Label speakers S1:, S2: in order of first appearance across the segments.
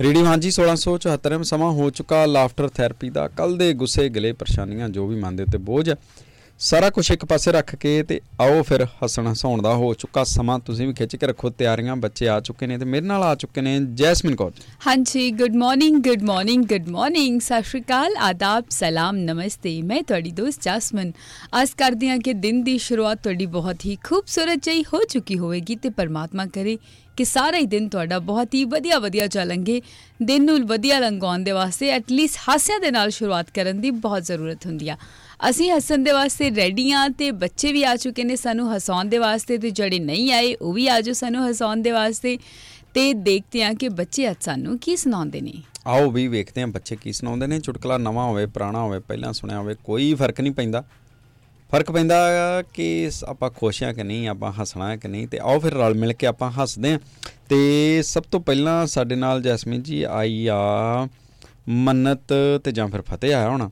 S1: Radio हाँ जी 1674 में ਸਮਾਂ ਹੋ ਚੁੱਕਾ ਲਾਫਟਰ ਥੈਰੇਪੀ ਦਾ ਕੱਲ ਦੇ ਗੁੱਸੇ ਗਿਲੇ ਪਰੇਸ਼ਾਨੀਆਂ ਜੋ ਵੀ ਮਨ ਦੇ ਉੱਤੇ ਬੋਝ ਹੈ ਸਾਰਾ ਕੁਝ ਇੱਕ ਪਾਸੇ ਰੱਖ ਕੇ ਤੇ ਆਓ ਫਿਰ ਹੱਸਣ ਹਸਾਉਣ ਦਾ ਹੋ ਚੁੱਕਾ ਸਮਾਂ ਤੁਸੀਂ ਵੀ ਖਿੱਚ ਕੇ ਰੱਖੋ ਤਿਆਰੀਆਂ ਬੱਚੇ ਆ ਚੁੱਕੇ ਨੇ ਤੇ ਮੇਰੇ ਨਾਲ ਆ ਚੁੱਕੇ ਨੇ ਜੈਸਮਿਨ ਕੌਰ ਜੀ।
S2: ਹਾਂਜੀ good morning good morning good morning Sat Sri ਅਕਾਲ ਆਦਾਬ ਸਲਾਮ ਨਮਸਤੇ ਮੈਂ ਤੁਹਾਡੀ ਦੋਸਤ ਜਸਮਨ ਆਸ ਕਰਦੀ ਹਾਂ ਕਿ ਦਿਨ ਦੀ ਸ਼ੁਰੂਆਤ ਤੁਹਾਡੀ ਬਹੁਤ ਹੀ ਖੂਬਸੂਰਤ ਜਿਹੀ ਹੋ ਚੁੱਕੀ ਹੋਵੇਗੀ ਤੇ ਪਰਮਾਤਮਾ ਕਰੇ ਕਿ ਸਾਰਾ ਹੀ ਦਿਨ ਤੁਹਾਡਾ ਬਹੁਤ ਹੀ ਵਧੀਆ ਵਧੀਆ ਚੱਲਣਗੇ ਦਿਨ ਨੂੰ ਵਧੀਆ ਲੰਘਾਉਣ ਦੇ ਵਾਸਤੇ ਐਟਲੀਸਟ ਹਾਸਿਆਂ ਦੇ ਨਾਲ ਸ਼ੁਰੂਆਤ ਕਰਨ ਦੀ ਬਹੁਤ ਜ਼ਰੂਰਤ ਹੁੰਦੀ ਆ ਅਸੀਂ ਹੱਸਣ ਦੇ ਵਾਸਤੇ ਰੈਡੀ ਹਾਂ ਤੇ ਬੱਚੇ ਵੀ ਆ ਚੁੱਕੇ ਨੇ ਸਾਨੂੰ ਹਸਾਉਣ ਦੇ ਵਾਸਤੇ ਤੇ ਜਿਹੜੇ ਨਹੀਂ ਆਏ ਉਹ ਵੀ ਆਜੋ ਸਾਨੂੰ ਹਸਾਉਣ ਦੇ ਵਾਸਤੇ ਤੇ ਦੇਖਦੇ ਹਾਂ ਕਿ ਬੱਚੇ ਅੱਜ ਸਾਨੂੰ ਕੀ ਸੁਣਾਉਂਦੇ ਨੇ
S1: ਆਓ ਵੀ ਵੇਖਦੇ ਹਾਂ ਬੱਚੇ ਕੀ ਸੁਣਾਉਂਦੇ ਨੇ ਚੁਟਕਲਾ ਨਵਾਂ ਹੋਵੇ ਪੁਰਾਣਾ ਹੋਵੇ ਪਹਿਲਾਂ ਸੁਣਿਆ ਹੋਵੇ ਕੋਈ ਫਰਕ ਨਹੀਂ ਪੈਂਦਾ ਫਰਕ ਪੈਂਦਾ ਕਿ ਸ- ਆਪਾਂ ਖੁਸ਼ ਹਾਂ ਕਿ ਨਹੀਂ ਆਪਾਂ ਹੱਸਣਾ ਹੈ ਕਿ ਨਹੀਂ ਤੇ ਆਓ ਫਿਰ ਰਲ ਮਿਲ ਕੇ ਆਪਾਂ ਹੱਸਦੇ ਹਾਂ ਤੇ ਸਭ ਤੋਂ ਪਹਿਲਾਂ ਸਾਡੇ ਨਾਲ ਜੈਸਮੀਨ ਜੀ ਆਈ ਆ ਮੰਨਤ ਤੇ ਜਾਂ ਫਿਰ ਫਤਿਹ ਆਇਆ ਹੋਣਾ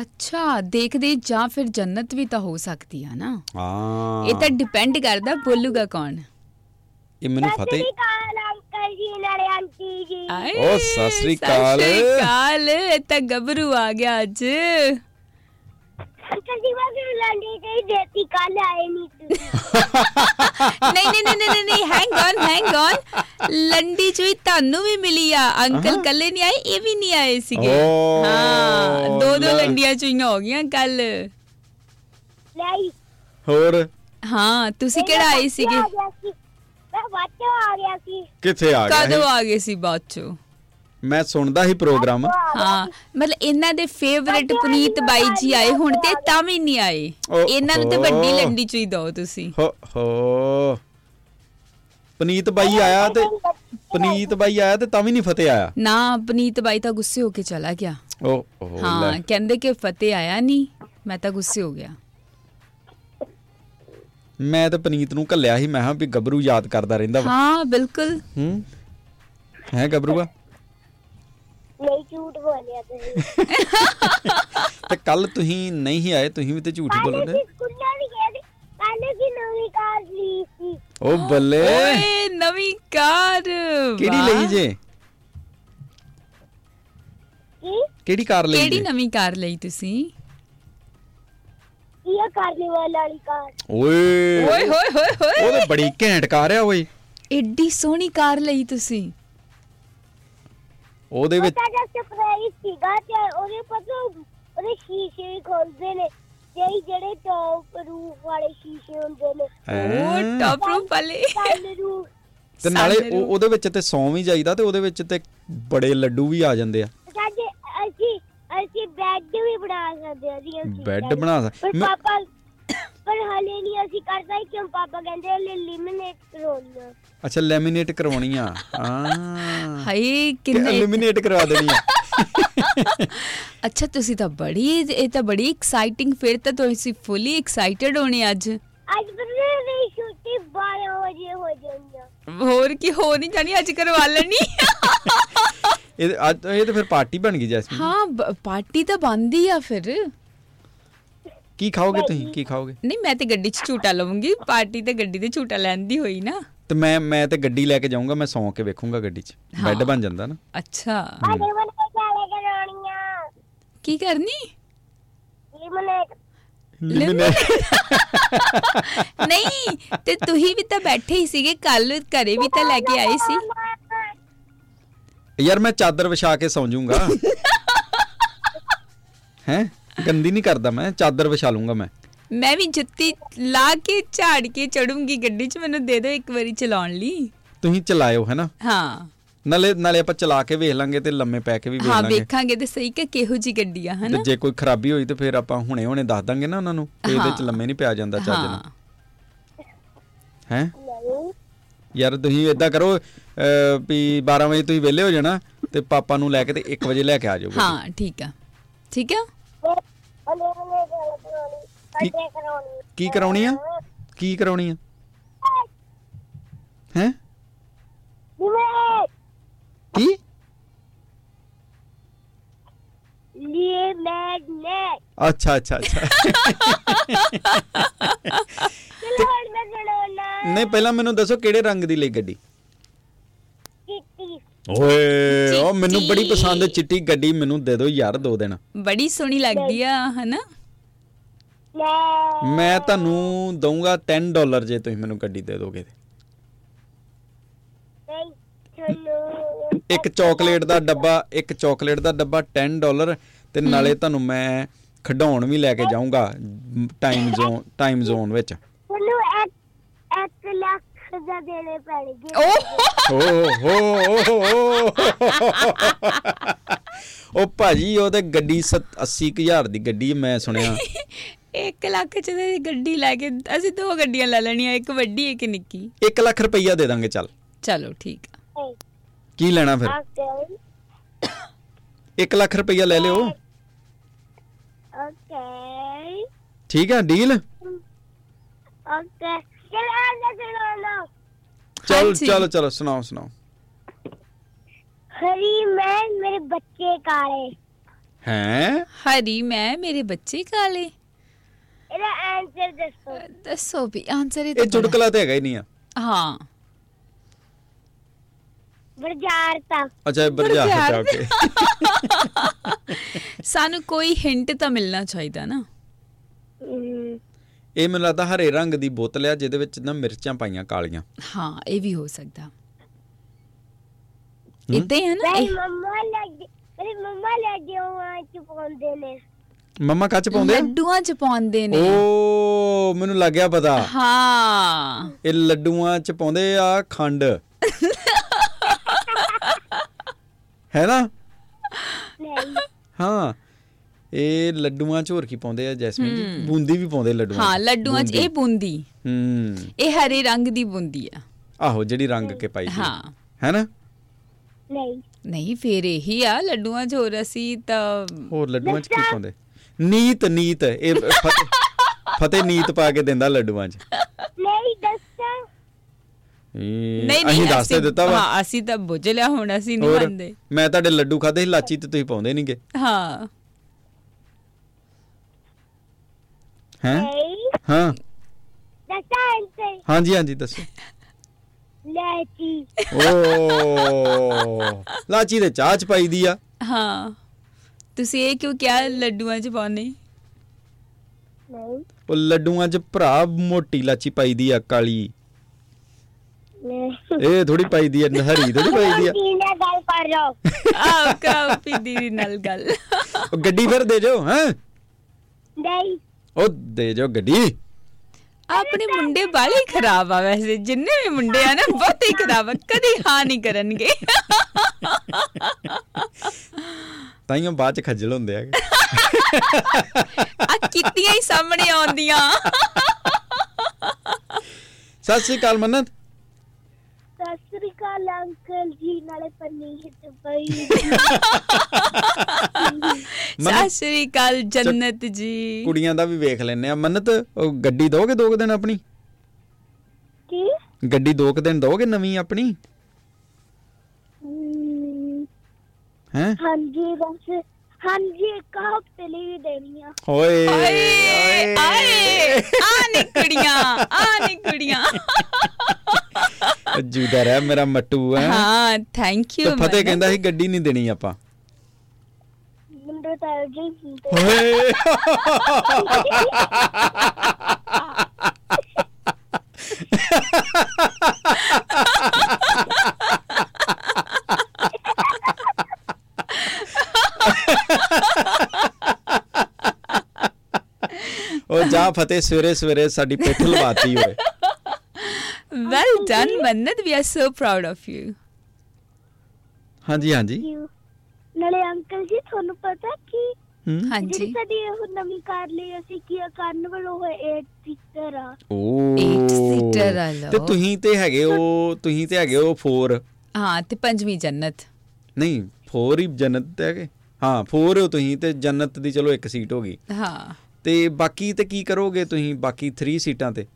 S2: ਅੱਛਾ ਦੇਖਦੇ ਜਾਂ ਫਿਰ ਜੰਨਤ ਵੀ ਤਾਂ ਹੋ ਸਕਦੀ ਆ ਨਾ
S1: ਹਾਂ
S2: ਇਹ ਤਾਂ ਡਿਪੈਂਡ ਕਰਦਾ ਬੋਲੂਗਾ ਕੌਣ
S1: ਇਹ ਮੈਨੂੰ
S3: ਸਤਿ
S1: ਫਤਿਹ
S3: ਸ਼੍ਰੀ ਅਕਾਲ ਅੰਕਲ ਜੀ ਨਾਲੇ ਆਂਟੀ ਜੀ
S2: ਆਏ,
S1: ਓ, ਸਤਿ ਸ੍ਰੀ ਅਕਾਲ।
S2: ਸਤਿ ਸ੍ਰੀ ਅਕਾਲ ਇਹ ਤਾਂ ਗੱਭਰੂ ਆ ਗਿਆ ਅੱਜ
S3: ਅੰਕਲ ਜੀ ਮੈਂ ਤੁਹਾਨੂੰ ਲਾਂਡੀ ਤੇ ਦੇਤੀ ਕੱਲ ਆਏ ਨਹੀਂ ਤੁਸੀਂ
S2: ਨਹੀਂ ਨਹੀਂ ਨਹੀਂ ਨਹੀਂ ਨਹੀਂ ਹੈਂਗ ਔਨ ਹੈਂਗ ਔਨ ਲੰਡੀ ਚੋਈ ਤੁਹਾਨੂੰ ਵੀ ਮਿਲੀ ਆ ਅੰਕਲ ਕੱਲੇ ਨਹੀਂ ਆਏ ਇਹ ਵੀ ਨਹੀਂ ਆਏ ਸੀਗੇ
S1: ਓ,
S2: ਹਾਂ ਦੋ ਦੋ
S1: ਲੈ।
S2: ਲੰਡੀਆਂ ਚੋਈਆਂ ਹੋ ਗਈਆਂ ਕੱਲ
S3: ਲਈ
S1: ਹੋਰ
S2: ਹਾਂ ਤੁਸੀਂ ਕਿਹੜਾ ਆਏ ਸੀਗੇ
S3: ਆ ਗਿਆ ਸੀ ਮੈਂ ਵਾਟੋ ਆ ਗਿਆ ਸੀ
S1: ਕਿੱਥੇ ਆ
S2: ਕਦੋਂ
S1: ਗਿਆ ਇਹ?
S2: ਆ ਗਏ ਸੀ ਬਾਅਦ ਚੋਂ
S1: ਮੈਂ ਸੁਣਦਾ ਹੀ ਪ੍ਰੋਗਰਾਮ
S2: ਹਾਂ ਮਤਲਬ ਇਹਨਾਂ ਦੇ ਫੇਵਰਿਟ ਪੁਨੀਤ ਬਾਈ ਜੀ ਆਏ ਹੁਣ ਤੇ ਤਾਂ ਵੀ ਨਹੀਂ ਆਏ
S1: ਓ-
S2: ਇਹਨਾਂ ਨੂੰ ਤੇ ਵੱਡੀ
S1: ਓ।
S2: ਲੰਡੀ ਚੋਈ ਦੋ ਤੁਸੀਂ
S1: ਹੋ ਹੋ ਪਨੀਤ ਬਾਈ ਆਇਆ ਤੇ ਪਨੀਤ ਬਾਈ ਆਇਆ ਤੇ ਤਾਂ ਵੀ ਨਹੀਂ ਫਤਿਹ ਆਇਆ
S2: ਨਾ ਪੁਨੀਤ ਬਾਈ ਤਾਂ ਗੁੱਸੇ ਹੋ ਕੇ ਚਲਾ ਗਿਆ
S1: ਓ ਓ
S2: ਹਾਂ
S1: ਲੈ
S2: ਕਹਿੰਦੇ ਕਿ ਫਤਿਹ ਆਇਆ ਨਹੀਂ ਮੈਂ ਤਾਂ ਗੁੱਸੇ ਹੋ ਗਿਆ
S1: ਮੈਂ ਤਾਂ ਪਨੀਤ ਨੂੰ ਘੱਲਿਆ ਸੀ ਮੈਂ ਕਿਹਾ ਵੀ ਗੱਭਰੂ ਯਾਦ ਕਰਦਾ ਰਹਿੰਦਾ ਵਾ
S2: ਹਾਂ ਬਿਲਕੁਲ
S1: ਹੂੰ ਹੈ ਗੱਭਰੂਆ
S3: ਨਹੀਂ ਝੂਠ ਬੋਲਿਆ ਤੁਸੀਂ
S1: ਤੇ ਕੱਲ ਤੁਸੀਂ ਨਹੀਂ ਹੀ ਆਏ ਤੁਸੀਂ ਵੀ ਤੇ ਝੂਠ ਹੀ
S3: ਕੱਲ
S1: ਬੋਲਦੇ
S3: ਅਸੀਂ ਸਕੂਲਾਂ ਵੀ ਗਏ ਸੀ ਕੱਲ ਅਸੀਂ ਨਵੀਂ ਕਾਰ ਲਈ ਸੀ
S1: ਓ ਬੱਲੇ
S2: ਓਏ ਨਵੀਂ ਕਾਰ
S1: ਕਿਹੜੀ
S2: ਵਾਹ।
S1: ਲਈ ਜੇ
S3: ਕੀ
S1: ਕਿਹੜੀ ਕਾਰ ਲਈ
S2: ਕਿਹੜੀ
S1: ਜੇ
S2: ਨਵੀਂ ਕਾਰ ਲਈ ਤੁਸੀਂ
S3: ਕੀ ਕਰਨੇ ਵਾਲੀ ਕਾਰ
S1: ਓਏ
S2: ਓਏ ਹੋਏ ਹੋਏ
S1: ਉਹ
S2: ਹੋਏ
S1: ਤਾਂ ਬੜੀ ਘੈਂਟ ਕਾਰ ਆ ਓਏ
S2: ਐਡੀ ਸੋਹਣੀ ਕਾਰ ਲਈ ਤੁਸੀਂ
S1: ਉਹਦੇ ਵਿੱਚ
S3: ਉਹਦਾ ਜਸ ਪ੍ਰਾਈਸ ਸੀਗਾ ਤੇ ਉਹਦੇ ਪਤਾ ਉਹਦੇ ਸ਼ੀਸ਼ੇ ਵੀ ਖੋਲਦੇ ਨੇ ਜਿਹੜੇ ਜਿਹੜੇ ਟੌਪ ਰੂਫ ਵਾਲੇ ਸ਼ੀਸ਼ੇ ਹੁੰਦੇ ਨੇ
S2: ਉਹ
S1: ਹੈਂ।
S2: ਟਾਪ ਰੂਪ ਵਾਲੇ
S3: ਕੱਲ ਰੂਫ
S1: ਤੇ ਨਾਲੇ
S2: ਸਾਲੇ
S1: ਉਹ-
S2: ਰੂਪ।
S1: ਉਹਦੇ ਵਿੱਚ ਤੇ ਸੌਂ ਵੀ ਜਾਈਦਾ ਤੇ ਉਹਦੇ ਵਿੱਚ ਤੇ ਬੜੇ ਲੱਡੂ ਵੀ ਆ ਜਾਂਦੇ ਆ
S3: ਸਾਡੇ ਅਸੀਂ ਅਸੀਂ ਬੈੱਡ ਵੀ ਬਣਾ ਸਕਦੇ ਹਾਂ ਜੀ ਅਸੀਂ
S1: ਬੈੱਡ ਬਣਾ ਸਕ-
S3: ਪਰ
S1: ਮੈਂ-
S3: ਪਾਪਾ ਪਰ ਹਲੇ ਨਹੀਂ ਅਸੀਂ ਕਰ ਸਕਦੇ ਕਿਉਂ ਪਾਪਾ ਕਹਿੰਦੇ ਹਲੇ ਲਿਮਿਨੇਟ ਕਰੋਨੀ ਆ
S1: ਅੱਛਾ ਲੈਮੀਨੇਟ ਕਰਵਾਉਣੀ ਆ ਆ
S2: ਹਾਏ ਕਿੰਨੇ
S1: ਲੈਮੀਨੇਟ ਕਰਵਾ ਦੇਣੀ ਆ
S2: ਅੱਛਾ ਤੁਸੀਂ ਤਾਂ ਬੜੀ ਇਹ ਤਾਂ ਬੜੀ ਐਕਸਾਈਟਿੰਗ ਫਿਰ ਤਾਂ ਤੁਸੀਂ ਫੁੱਲੀ ਐਕਸਾਈਟਡ ਹੋਣੇ ਅੱਜ
S3: ਅੱਜ ਬੰਦੇ ਦੀ ਛੁੱਟੀ 12 ਵਜੇ ਹੋ ਜਾਣੀ ਆ
S2: ਹੋਰ ਕੀ ਹੋ ਨਹੀਂ ਜਾਣੀ ਅੱਜ ਕਰਵਾ ਲੈਣੀ
S1: ਇਹ ਅੱਜ ਇਹ ਤਾਂ ਫਿਰ ਪਾਰਟੀ ਬਣ ਗਈ ਜੈਸਮੀਨ
S2: ਹਾਂ ਬ- ਪਾਰਟੀ ਤਾਂ ਬੰਦੀ ਆ ਫਿਰ
S1: ਕੀ ਖਾਓਗੇ ਤੁਸੀਂ ਕੀ ਖਾਓਗੇ
S2: ਨਹੀਂ ਮੈਂ ਤੇ ਗੱਡੀ 'ਚ ਝੂਟਾ ਲਵਾਂਗੀ ਪਾਰਟੀ ਤੇ ਗੱਡੀ ਤੇ ਝੂਟਾ ਲੈਂਦੀ ਹੋਈ ਨਾ
S1: ਤੇ ਮੈਂ ਮੈਂ ਤੇ ਗੱਡੀ ਲੈ ਕੇ ਜਾਊਂਗਾ ਮੈਂ ਸੌਂ ਕੇ ਵੇਖੂੰਗਾ ਗੱਡੀ 'ਚ ਬੈੱਡ ਬਣ ਜਾਂਦਾ ਨਾ
S2: ਅੱਛਾ
S3: ਹਲੇ ਮਨ ਕੇ ਚਾਲੇ ਕਰਾਉਣੀ ਆ
S2: ਕੀ ਕਰਨੀ
S3: ਲਿਮਿਨੇਟ
S2: ਨਹੀਂ ਤੇ ਤੁਸੀਂ ਵੀ ਤਾਂ ਬੈਠੇ ਹੀ ਸੀਗੇ ਕੱਲ ਘਰੇ ਵੀ ਤਾਂ ਲੈ ਕੇ ਆਏ ਸੀ
S1: ਯਾਰ ਮੈਂ ਚਾਦਰ ਵਿਛਾ ਕੇ ਸੌਂ ਜਾਊਂਗਾ ਹੈ ਗੰਦੀ ਨਹੀਂ ਕਰਦਾ ਮੈਂ ਚਾਦਰ ਵਿਛਾ ਲੂੰਗਾ ਮੈਂ
S2: ਮੈਂ ਵੀ ਜੁੱਤੀ ਲਾ ਕੇ ਝਾੜ ਕੇ ਚੜੂੰਗੀ ਗੱਡੀ 'ਚ ਮੈਨੂੰ ਦੇ ਦਿਓ ਇੱਕ ਵਾਰੀ ਚਲਾਉਣ ਲਈ
S1: ਤੁਸੀਂ ਚਲਾਇਓ ਹੈ ਨਾ
S2: ਹਾਂ
S1: ਨਾਲੇ ਨਾਲੇ ਆਪਾਂ ਚਲਾ ਕੇ ਵੇਖ ਲਾਂਗੇ ਤੇ ਲੰਮੇ ਪੈ ਕੇ ਵੀ ਵੇਖ
S2: ਹਾਂ
S1: ਲਾਂਗੇ
S2: ਵੇਖਾਂਗੇ ਤੇ ਸਹੀ ਕਿ ਕਿਹੋ ਜੀ ਗੱਡੀ ਆ
S1: ਤੇ
S2: ਹਨਾ
S1: ਜੇ ਕੋਈ ਖਰਾਬੀ ਹੋਈ ਤੇ ਫਿਰ ਆਪਾਂ ਹੁਣੇ ਹੁਣੇ ਦੱਸ ਦਾਂਗੇ ਨਾ ਉਹਨਾਂ ਨੂੰ ਕਿ ਇਹਦੇ 'ਚ
S2: ਹਾਂ।
S1: ਲੰਮੇ ਨਹੀਂ ਪਿਆ ਜਾਂਦਾ ਚੱਜ ਨਾਲ
S2: ਹਾਂ
S1: ਹੈ
S3: ਨਹੀਂ
S1: ਯਾਰ ਤੁਸੀਂ ਏਦਾਂ ਕਰੋ ਅਹ, ਵੀ 12 ਵਜੇ ਤੁਸੀਂ ਵਿਹਲੇ ਹੋ ਜਾਣਾ ਤੇ ਪਾਪਾ ਨੂੰ ਲੈ ਕੇ ਤੇ 1 ਵਜੇ ਲੈ ਕੇ ਆ ਜਾਓਗੇ
S2: ਹਾਂ ਠੀਕ ਆ ਠੀਕ ਆ
S3: ਹਲੇ ਮਨ ਕਰਾਉਣੀ ਕੱਟੇ ਕਰਾਉਣੀ
S1: ਕੀ ਕਰਾਉਣੀ ਆ ਕੀ ਕਰਾਉਣੀ ਆ ਹੈ
S3: ਲਿਮਿਨੇਟ
S1: ਕੀ
S3: ਲਿਮਿਨੇਟ
S1: ਅੱਛਾ ਅੱਛਾ ਅੱਛਾ
S3: ਚਲੋ ਹੁਣ ਮੈਂ ਕਰਾਉਣਾ
S1: ਨਹੀਂ ਪਹਿਲਾਂ ਮੈਨੂੰ ਦੱਸੋ ਕਿਹੜੇ ਰੰਗ ਦੀ ਲਈ ਗੱਡੀ
S3: ਕੀਤੀ
S1: ਓਏ ਉਹ ਮੈਨੂੰ ਬੜੀ
S2: ਚਿੱਟੀ।
S1: ਪਸੰਦ ਹੈ ਚਿੱਟੀ ਗੱਡੀ ਮੈਨੂੰ ਦੇ ਦਿਓ ਯਾਰ ਦੋ ਦਿਨ
S2: ਬੜੀ ਸੋਹਣੀ ਲੱਗਦੀ ਆ ਹਨਾ
S3: ਮੈਂ
S1: ਮੈਂ ਤੁਹਾਨੂੰ ਦਊਂਗਾ 10 ਡਾਲਰ ਜੇ ਤੁਸੀਂ ਮੈਨੂੰ ਗੱਡੀ ਦੇ ਦੋਗੇ ਤੇ
S3: ਨਹੀਂ ਤੁਹਾਨੂੰ
S1: ਇੱਕ ਚਾਕਲੇਟ ਦਾ ਡੱਬਾ ਇੱਕ ਚਾਕਲੇਟ ਦਾ ਡੱਬਾ 10 ਡਾਲਰ ਤੇ ਨਾਲੇ ਤੁਹਾਨੂੰ ਮੈਂ ਖਡਾਉਣ ਵੀ ਲੈ ਕੇ ਜਾਊਂਗਾ ਟਾਈਮ ਜ਼ੋਨ ਟਾਈਮ ਜ਼ੋਨ ਵਿੱਚ
S3: ਤੁਹਾਨੂੰ ਇੱਕ ਇੱਕ ਲੱਖ ਦਾ ਦੇਣੇ ਪੈਣਗੇ
S2: ਓਹ
S1: ਹੋ ਹੋ ਹੋ, ਹੋ। ਉਹ ਭਾਜੀ ਉਹ ਤੇ ਗੱਡੀ 80000 ਦੀ ਗੱਡੀ ਮੈਂ ਸੁਣਿਆ
S2: 1 ਲੱਖ ਚ ਤੇ ਗੱਡੀ ਲੈ ਕੇ ਅਸੀਂ ਦੋ ਗੱਡੀਆਂ ਲੈ ਲੈਣੀਆਂ ਇੱਕ ਵੱਡੀ ਇੱਕ ਨਿੱਕੀ
S1: 1 ਲੱਖ ਰੁਪਈਆ ਦੇ ਦਾਂਗੇ ਚੱਲ
S2: ਚਲੋ ਠੀਕ ਆ
S3: ਨਹੀਂ,
S1: ਕੀ ਲੈਣਾ ਫਿਰ
S3: okay,
S1: 1 ਲੱਖ ਰੁਪਈਆ ਲੈ ਲਿਓ
S3: okay,
S1: ਠੀਕ ਆ ਡੀਲ
S3: okay. ਚਲੋ ਆਜਾ, ਚਲੋ ਆਜਾ।
S1: ਚਲ
S2: ਹਾਂਜੀ।
S1: ਚਲ ਚਲੋ ਸੁਣਾਓ ਸੁਣਾਓ
S3: ਹਰੀ ਮੈਂ ਮੇਰੇ ਬੱਚੇ ਕਾਲੇ
S1: ਹੈ
S2: ਹਰੀ ਮੈਂ ਮੇਰੇ ਬੱਚੇ ਕਾਲੇ
S3: ਇਹਦਾ ਆਨਸਰ ਦੱਸੋ
S2: ਦੱਸੋ ਵੀ ਆਨਸਰ ਇਹ
S1: ਇਹ ਚੁਟਕਲਾ ਤੇ ਹੈਗਾ ਹੀ ਨਹੀਂ ਆ
S2: ਹਾਂ
S3: ਬਰਜਾਰ ਤਾਂ
S1: ਅੱਛਾ ਇਹ ਬਰਜਾ
S2: ਬਰਜਾ।
S1: ਹਟਾ ਕੇ
S2: ਸਾਨੂੰ ਕੋਈ ਹਿੰਟ ਤਾਂ ਮਿਲਣਾ ਚਾਹੀਦਾ ਨਾ
S3: ਹਮ,
S1: ਇਹ ਮੈਨੂੰ ਲੱਗਦਾ ਹਰੇ ਰੰਗ ਦੀ ਬੋਤਲ ਆ ਜਿਹਦੇ ਵਿੱਚ ਨਾ ਮਿਰਚਾਂ ਪਾਈਆਂ ਕਾਲੀਆਂ
S2: ਹਾਂ ਇਹ ਵੀ ਹੋ ਸਕਦਾ ਇਦਾਂ ਹੀ ਹੈ ਨਾ
S3: ਮੇਰੀ
S2: ਇਹ-
S3: ਮੰਮਾ ਲੱਗੇ ਮੇਰੀ ਮੰਮਾ ਲੱਗੇ ਉਹ ਚੁਪਾਉਂਦੇ ਨੇ
S1: ਮੰਮਾ ਕੱਚ ਪਾਉਂਦੇ ਆ?
S2: ਲੱਡੂਆਂ ਚ ਪਾਉਂਦੇ ਨੇ
S1: ਓ ਮੈਨੂੰ ਲੱਗਿਆ ਪਤਾ
S2: ਹਾਂ
S1: ਇਹ ਲੱਡੂਆਂ ਚ ਪਾਉਂਦੇ ਆ ਖੰਡ ਹੈ ਨਾ
S3: ਨਹੀਂ
S1: ਹਾਂ ਇਹ ਲੱਡੂਆਂ ਚ ਹੋਰ ਕੀ ਪਾਉਂਦੇ ਆ ਜੈਸਮੀਨ ਜੀ ਬੂੰਦੀ ਵੀ ਪਾਉਂਦੇ ਲੱਡੂਆਂ
S2: ਹਾਂ ਲੱਡੂਆਂ ਚ ਇਹ ਬੂੰਦੀ
S1: ਹੂੰ
S2: ਇਹ ਹਰੇ ਰੰਗ ਦੀ ਬੂੰਦੀ ਆ
S1: ਆਹੋ ਜਿਹੜੀ ਰੰਗ ਕੇ ਪਾਈ ਜੀ
S2: ਹਾਂ
S1: ਹੈ ਨਾ
S3: ਨਹੀਂ
S2: ਨਹੀਂ ਫੇਰ ਇਹੀ ਆ ਲੱਡੂਆਂ ਚ ਹੋਰ ਅਸੀਂ ਤਾਂ
S1: ਹੋਰ ਲੱਡੂਆਂ ਚ ਕੀ ਪਾਉਂਦੇ ਨੀਤ ਨੀਤ ਇਹ ਫਤਿਹ ਫਤਿਹ ਨੀਤ ਪਾ ਕੇ ਦਿੰਦਾ ਲੱਡੂਆਂ ਚ
S3: ਨਹੀਂ ਦੱਸਾਂ
S1: ਇਹ
S2: ਨਹੀਂ ਨਹੀਂ
S1: ਅਸੀਂ ਦੱਸ ਤੇ
S2: ਅਸੀਂ-
S1: ਦਿੱਤਾ ਵਾ
S2: ਹਾਂ ਅਸੀਂ ਤਾਂ ਬੁੱਝ ਲਿਆ ਹੁਣ ਅਸੀਂ ਨਹੀਂ
S1: ਹੋਰ
S2: ਮੰਨਦੇ
S1: ਮੈਂ ਤੁਹਾਡੇ ਲੱਡੂ ਖਾਦੇ ਸੀ ਲਾਚੀ ਤੇ ਤੁਸੀਂ ਪਾਉਂਦੇ ਨਹੀਂਗੇ
S2: ਹਾਂ
S1: ਹੈ
S3: ਨਹੀਂ
S1: ਹਾਂ
S3: ਦੱਸਾਂ ਆਨਸਰ
S1: ਹਾਂਜੀ ਹਾਂਜੀ ਦੱਸੋ
S3: ਲੈਚੀ
S1: ਓ ਲਾਚੀ ਦੇ ਚਾਹ ਚ ਪਾਈ ਦੀ ਆ
S2: ਹਾਂ ਤੁਸੀਂ ਇਹ ਕਿਉਂ ਕਿਹਾ ਲੱਡੂਆਂ ਚ ਪਾਉਨੇ
S3: ਨਹੀਂ
S1: ਉਹ ਲੱਡੂਆਂ ਚ ਭਰਾ ਮੋਟੀ ਲਾਚੀ ਪਾਈ ਦੀ ਆ ਕਾਲੀ
S3: ਨਹੀਂ
S1: ਇਹ ਥੋੜੀ ਪਾਈ ਦੀ ਆ ਹਰੀ ਥੋੜੀ ਪਾਈ ਦੀ ਆ
S3: ਕੀ ਨਾ ਗੱਲ ਕਰ ਲਓ
S2: ਆਹ ਕਾਪੀ ਦੀ ਨਾਲ ਗੱਲ
S1: ਉਹ ਗੱਡੀ ਫਿਰ ਦੇ ਜੋ ਹੈ
S3: ਨਹੀਂ
S1: ਉਹ ਦੇ ਜੋ ਗੱਡੀ
S2: ਆਪਣੇ ਮੁੰਡੇ ਬਾਲੇ ਖਰਾਬ ਆ ਵੈਸੇ ਜਿੰਨੇ ਵੀ ਮੁੰਡੇ ਆ ਨਾ ਬਹੁਤੇ ਖਰਾਬ ਆ ਕਦੀ ਹਾਂ ਨਹੀਂ ਕਰਨਗੇ
S1: ਤਾਈਓ ਬਾਅਦ ਚ ਖੱਜਲ ਹੁੰਦੇ ਆ
S2: ਆ ਕਿਤੀਆਂ ਹੀ ਸਾਹਮਣੇ ਆਉਂਦੀਆਂ
S1: ਸਤਿ ਸ਼੍ਰੀ ਅਕਾਲ ਮੰਨਤ
S3: ਸਤਿ ਸ੍ਰੀ ਅਕਾਲ ਅੰਕਲ ਜੀ ਨਾਲੇ ਪਨੀਰ ਤੇ ਪਈ
S2: ਸਤਿ ਸ਼੍ਰੀ ਅਕਾਲ ਜੰਨਤ ਜੀ
S1: ਕੁੜੀਆਂ ਦਾ ਵੀ ਵੇਖ ਲੈਨੇ ਆ ਮੰਨਤ ਉਹ ਗੱਡੀ ਦੋਗੇ ਦੋ ਕੁ ਦਿਨ ਆਪਣੀ
S3: ਕੀ
S1: ਗੱਡੀ ਦੋ ਕੁ ਦਿਨ ਦੋਗੇ ਨਵੀਂ ਆਪਣੀ
S3: ਹਮ,
S1: ਹੈ
S3: ਹਾਂਜੀ ਬਸ ਹਾਂਜੀ ਇੱਕ ਹਫ਼ਤੇ ਲਈ ਵੀ ਦੇਣੀ ਆ
S1: ਓਏ
S2: ਆਏ ਆਏ ਆ ਨੀ ਕੁੜੀਆਂ ਆ ਨੀ ਕੁੜੀਆਂ
S1: ਜੂਦਾ ਰਹਿ ਮੇਰਾ ਮੱਟੂ ਹੈ
S2: ਹਾਂ ਥੈਂਕ
S1: ਤੇ
S2: ਯੂ
S1: ਫਤਿਹ ਕਹਿੰਦਾ ਸੀ ਗੱਡੀ ਨਹੀਂ ਦੇਣੀ ਆਪਾਂ
S3: ਮੁੰਡੇ ਤਾਂ ਜੀ ਹੁੰਦੇ
S1: ਓਏ ਉਹ ਜਾ ਫਤਿਹ ਸਵੇਰੇ ਸਵੇਰੇ ਸਾਡੀ ਪਿੱਠ ਲਵਾਤੀ ਓਏ
S2: well done Mannat we are so proud of you
S1: ਹਾਂਜੀ ਹਾਂਜੀ
S3: you. ਨਾਲੇ ਅੰਕਲ ਜੀ ਤੁਹਾਨੂੰ ਪਤਾ ਕਿ
S1: ਹਮ।
S2: ਹਾਂਜੀ
S3: ਜਿਹੜੀ ਸਾਡੀ ਇਹ ਨਵੀਂ ਕਾਰ ਲਈ ਅਸੀਂ ਕੀਆ ਕਾਰਨਵਲ ਉਹ 8 ਸੀਟਰ ਆ
S1: ਓ
S2: Eight seater ਆ ਲਓ।
S1: ਤੇ ਤੁਸੀਂ ਤੇ ਹੈਗੇ ਹੋ ਤੁਸੀਂ ਤੇ ਹੈਗੇ ਹੋ 4
S2: ਹਾਂ ਤੇ ਪੰਜਵੀਂ ਜੰਨਤ
S1: ਨਹੀਂ 4 ਹੀ ਜੰਨਤ ਤੇ ਹੈਗੇ ਹਾਂ 4 ਹੋ ਤੁਸੀਂ ਤੇ ਜੰਨਤ ਦੀ ਚਲੋ ਇੱਕ ਸੀਟ ਹੋ ਗਈ
S2: ਹਾਂ
S1: ਤੇ ਬਾਕੀ ਤੇ ਕੀ ਕਰੋਗੇ ਤੁਸੀਂ ਬਾਕੀ 3 ਸੀਟਾਂ ਤੇ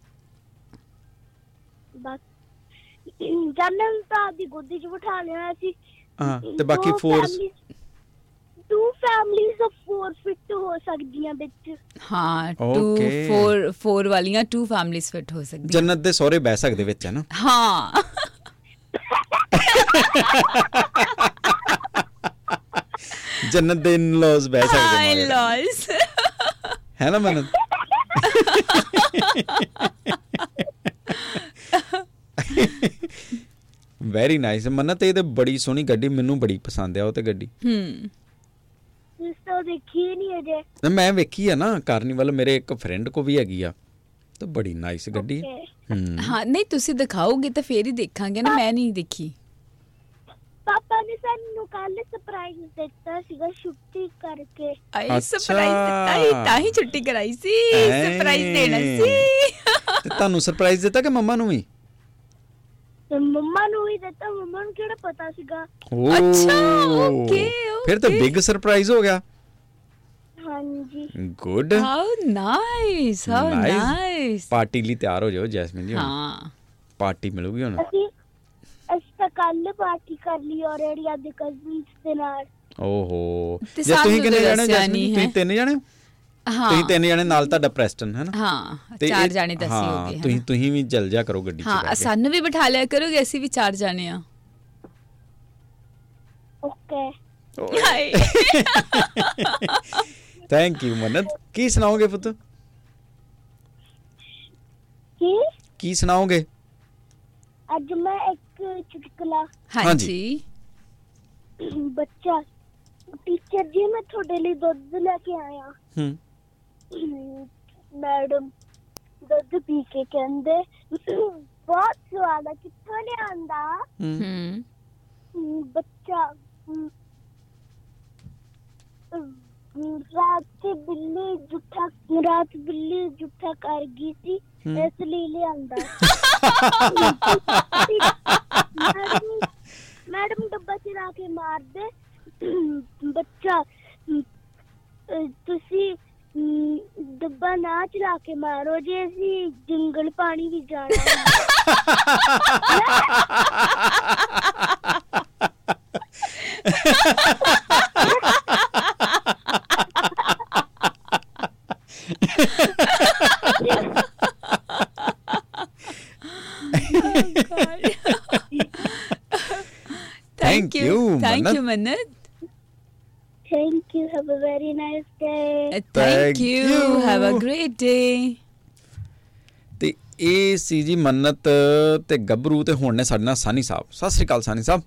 S3: ਬਸ ਜਨਮ ਤਾਂ ਦੀ ਗੋਦੀ 'ਚ ਬਿਠਾ ਲਿਆ ਅਸੀਂ
S1: ਹਾਂ ਤੇ ਬਾਕੀ 4
S3: ਟੂ ਫੈਮਲੀਜ਼ ਆਫ 4 ਫਿੱਟ ਹੋ ਸਕਦੀਆਂ ਵਿੱਚ
S2: ਹਾਂ 2
S1: Okay.
S2: 4 4 ਵਾਲੀਆਂ 2 ਫੈਮਲੀਜ਼ ਫਿਟ ਹੋ ਸਕਦੀਆਂ
S1: ਜੰਨਤ ਦੇ ਸਹੁਰੇ ਬਹਿ ਸਕਦੇ ਵਿੱਚ ਹੈ ਨਾ
S2: ਹਾਂ
S1: ਜੰਨਤ ਦੇ ਇਨਲੌਸ ਬਹਿ
S2: ਹਾਈ
S1: ਸਕਦੇ ਮਗਰ।
S2: ਲਾਸ
S1: ਹੈ ਨਾ ਮਨਤ ਵੈਰੀ ਨਾਈਸ ਮਨਤ ਇਹ ਤੇ ਬੜੀ ਸੋਹਣੀ ਗੱਡੀ ਮੈਨੂੰ ਬੜੀ ਪਸੰਦ ਆ ਉਹ ਤੇ ਗੱਡੀ
S2: ਹੂੰ
S3: ਤੁਸੀਂ ਤਾਂ ਦੇਖੀ ਨਹੀਂ ਅਜੇ
S1: ਤੇ ਮੈਂ ਵੇਖੀ ਆ ਨਾ ਕਾਰਨੀਵਲ ਮੇਰੇ ਇੱਕ ਫਰੈਂਡ ਕੋ ਵੀ ਹੈਗੀ ਆ ਤੇ ਬੜੀ ਨਾਈਸ ਗੱਡੀ ਹੈ
S3: Okay.
S1: ਹੂੰ
S2: ਹਾਂ ਨਹੀਂ ਤੁਸੀਂ ਦਿਖਾਓਗੇ ਤਾਂ ਫੇਰ ਹੀ ਦੇਖਾਂਗੇ ਨਾ ਮੈਂ ਨਹੀਂ ਦੇਖੀ
S3: ਪਾਪਾ ਨੇ ਸਾਨੂੰ ਕੱਲ ਸਰਪ੍ਰਾਈਜ਼ ਦਿੱਤਾ ਸੀਗਾ ਛੁੱਟੀ ਕਰਕੇ
S2: ਆਈ
S1: ਅੱਛਾ।
S2: ਸਰਪ੍ਰਾਈਜ਼ ਦਿੱਤਾ ਹੀ ਤਾਂ ਹੀ ਛੁੱਟੀ ਕਰਾਈ ਸੀ
S1: ਐ।
S2: ਸਰਪ੍ਰਾਈਜ਼ ਦੇਣਾ ਸੀ
S1: ਤੇ ਤੁਹਾਨੂੰ ਸਰਪ੍ਰਾਈਜ਼ ਦਿੱਤਾ ਕਿ ਮੰਮਾ ਨੂੰ ਵੀ
S3: ਤੇ ਮੰਮਾ ਨੂੰ ਵੀ ਦਿੱਤਾ ਮੰਮਾ ਨੂੰ ਕਿਹੜਾ ਪਤਾ ਸੀਗਾ
S1: ਓ
S2: ਅੱਛਾ, okay,
S1: ਫਿਰ ਤਾਂ
S2: okay.
S1: ਬਿਗ ਸਰਪ੍ਰਾਈਜ਼ ਹੋ ਗਿਆ
S3: ਹਾਂਜੀ
S1: ਗੁੱਡ
S2: ਹਾਊ ਨਾਈਸ ਹਾਊ
S1: तो- Nice. हाँ,
S2: ਨਾਈਸ
S1: ਪਾਰਟੀ ਲਈ ਤਿਆਰ ਹੋ ਜਾਓ ਜੈਸਮੀਨ ਜੀ ਹੁਣ।
S2: ਹਾਂ
S1: ਪਾਰਟੀ ਮਿਲੂਗੀ ਹੁਣ
S3: ਅਸੀਂ ਅਸੀਂ ਤਾਂ ਕੱਲ ਪਾਰਟੀ ਕਰ ਲਈ ਆਲਰੇਡੀ ਆਪਦੇ ਕਜ਼ਨਸ ਦੇ ਨਾਲ
S1: ਓਹੋ
S2: ਤੇ
S1: ਜੇ ਤੁਸੀਂ
S2: ਸਾਨੂੰ
S1: ਕਿੰਨੇ
S2: ਤਾਂ
S1: ਜਾਣੇ ਹੋ
S2: ਦੱਸਿਆ
S1: ਜੈਸਮੀਨ
S2: ਨਹੀਂ
S1: ਤੁਸੀਂ
S2: ਹੈ।
S1: ਤਿੰਨ ਜਾਣੇ ਹੋ? ਤੁਸੀਂ
S2: ਹਾਂ
S1: ਤਿੰਨ ਜਾਣੇ ਨਾਲ ਤੁਹਾਡਾ ਪ੍ਰੈਸਟਨ ਹੈ ਨਾ
S2: ਹਾਂ
S1: ਤੇ
S2: ਚਾਰ
S1: ਇਹ-
S2: ਜਾਣੇ ਦੱਸੇ
S1: ਹਾਂ,
S2: ਹੋਗੇ
S1: ਤੁਸੀਂ ਤੁਸੀਂ ਵੀ ਜਲ ਜਾ ਕਰੋ ਗੱਡੀ 'ਚ
S2: ਹਾਂ
S1: ਬਹਿ ਕੇ।
S2: ਸਾਨੂੰ ਵੀ ਬਿਠਾ ਲਿਆ ਕਰੋਗੇ ਅਸੀਂ ਵੀ ਚਾਰ ਜਾਣੇ ਆ
S3: ਓਕੇ
S2: ਹਾਏ
S1: ਥੈਂਕ ਯੂ ਮਨਤ ਕੀ ਸੁਣਾਓਗੇ ਪੁੱਤ
S3: ਕੀ
S1: ਕੀ ਸੁਣਾਓਗੇ
S3: ਅੱਜ ਮੈਂ ਇੱਕ ਚੁਟਕਲਾ
S1: हाँ
S2: ਹਾਂਜੀ
S3: ਬੱਚਾ ਟੀਚਰ ਜੀ ਮੈਂ ਤੁਹਾਡੇ ਲਈ ਦੁੱਧ ਲੈ ਕੇ ਆਇਆ
S1: ਹੂੰ
S3: ਮੈਡਮ ਦੁੱਧ ਪੀ ਕੇ ਕਹਿੰਦੇ ਬਹੁਤ ਸਵਾਦ ਆ ਕਿੱਥੋਂ ਲਿਆਂਦਾ
S1: ਹੂੰ
S2: ਹੂੰ
S3: ਹਮ, ਬੱਚਾ ਹਮ, ਅਮ, ਰਾਤ ਤੇ ਬਿੱਲੀ ਜੁੱਠਾ ਰਾਤ ਬਿੱਲੀ ਜੁੱਠਾ ਕਰ ਗਈ ਸੀ
S1: ਹਮ।
S3: ਇਸ ਲਈ ਲਿਆਂਦਾ ਮੈਡਮ- ਮੈਡਮ ਡੱਬਾ ਚਲਾ ਕੇ ਮਾਰਦੇ ਬੱਚਾ ਹਮ, ਅਹ, ਤੁਸੀਂ ਹਮ, ਡੱਬਾ ਨਾ ਚਲਾ ਕੇ ਮਾਰੋ ਜੇ ਅਸੀਂ ਜੰਗਲ ਪਾਣੀ ਵੀ ਜਾਣਾ ਹੈ।
S1: Thank
S2: thank
S1: you,
S2: you thank
S1: Manat.
S2: You Mannat
S3: Thank you. Have a very nice day.
S1: Thank
S2: thank you
S1: you.
S2: Have a great day
S1: ਤੇ ਇਹ ਸੀ ਜੀ ਮੰਨਤ ਤੇ ਗੱਭਰੂ ਤੇ ਹੁਣ ਨੇ ਸਾਡੇ ਨਾਲ ਸਾਨੀ ਸਾਹਿਬ ਸਤਿ ਸ੍ਰੀ ਅਕਾਲ ਸਾਨੀ ਸਾਹਿਬ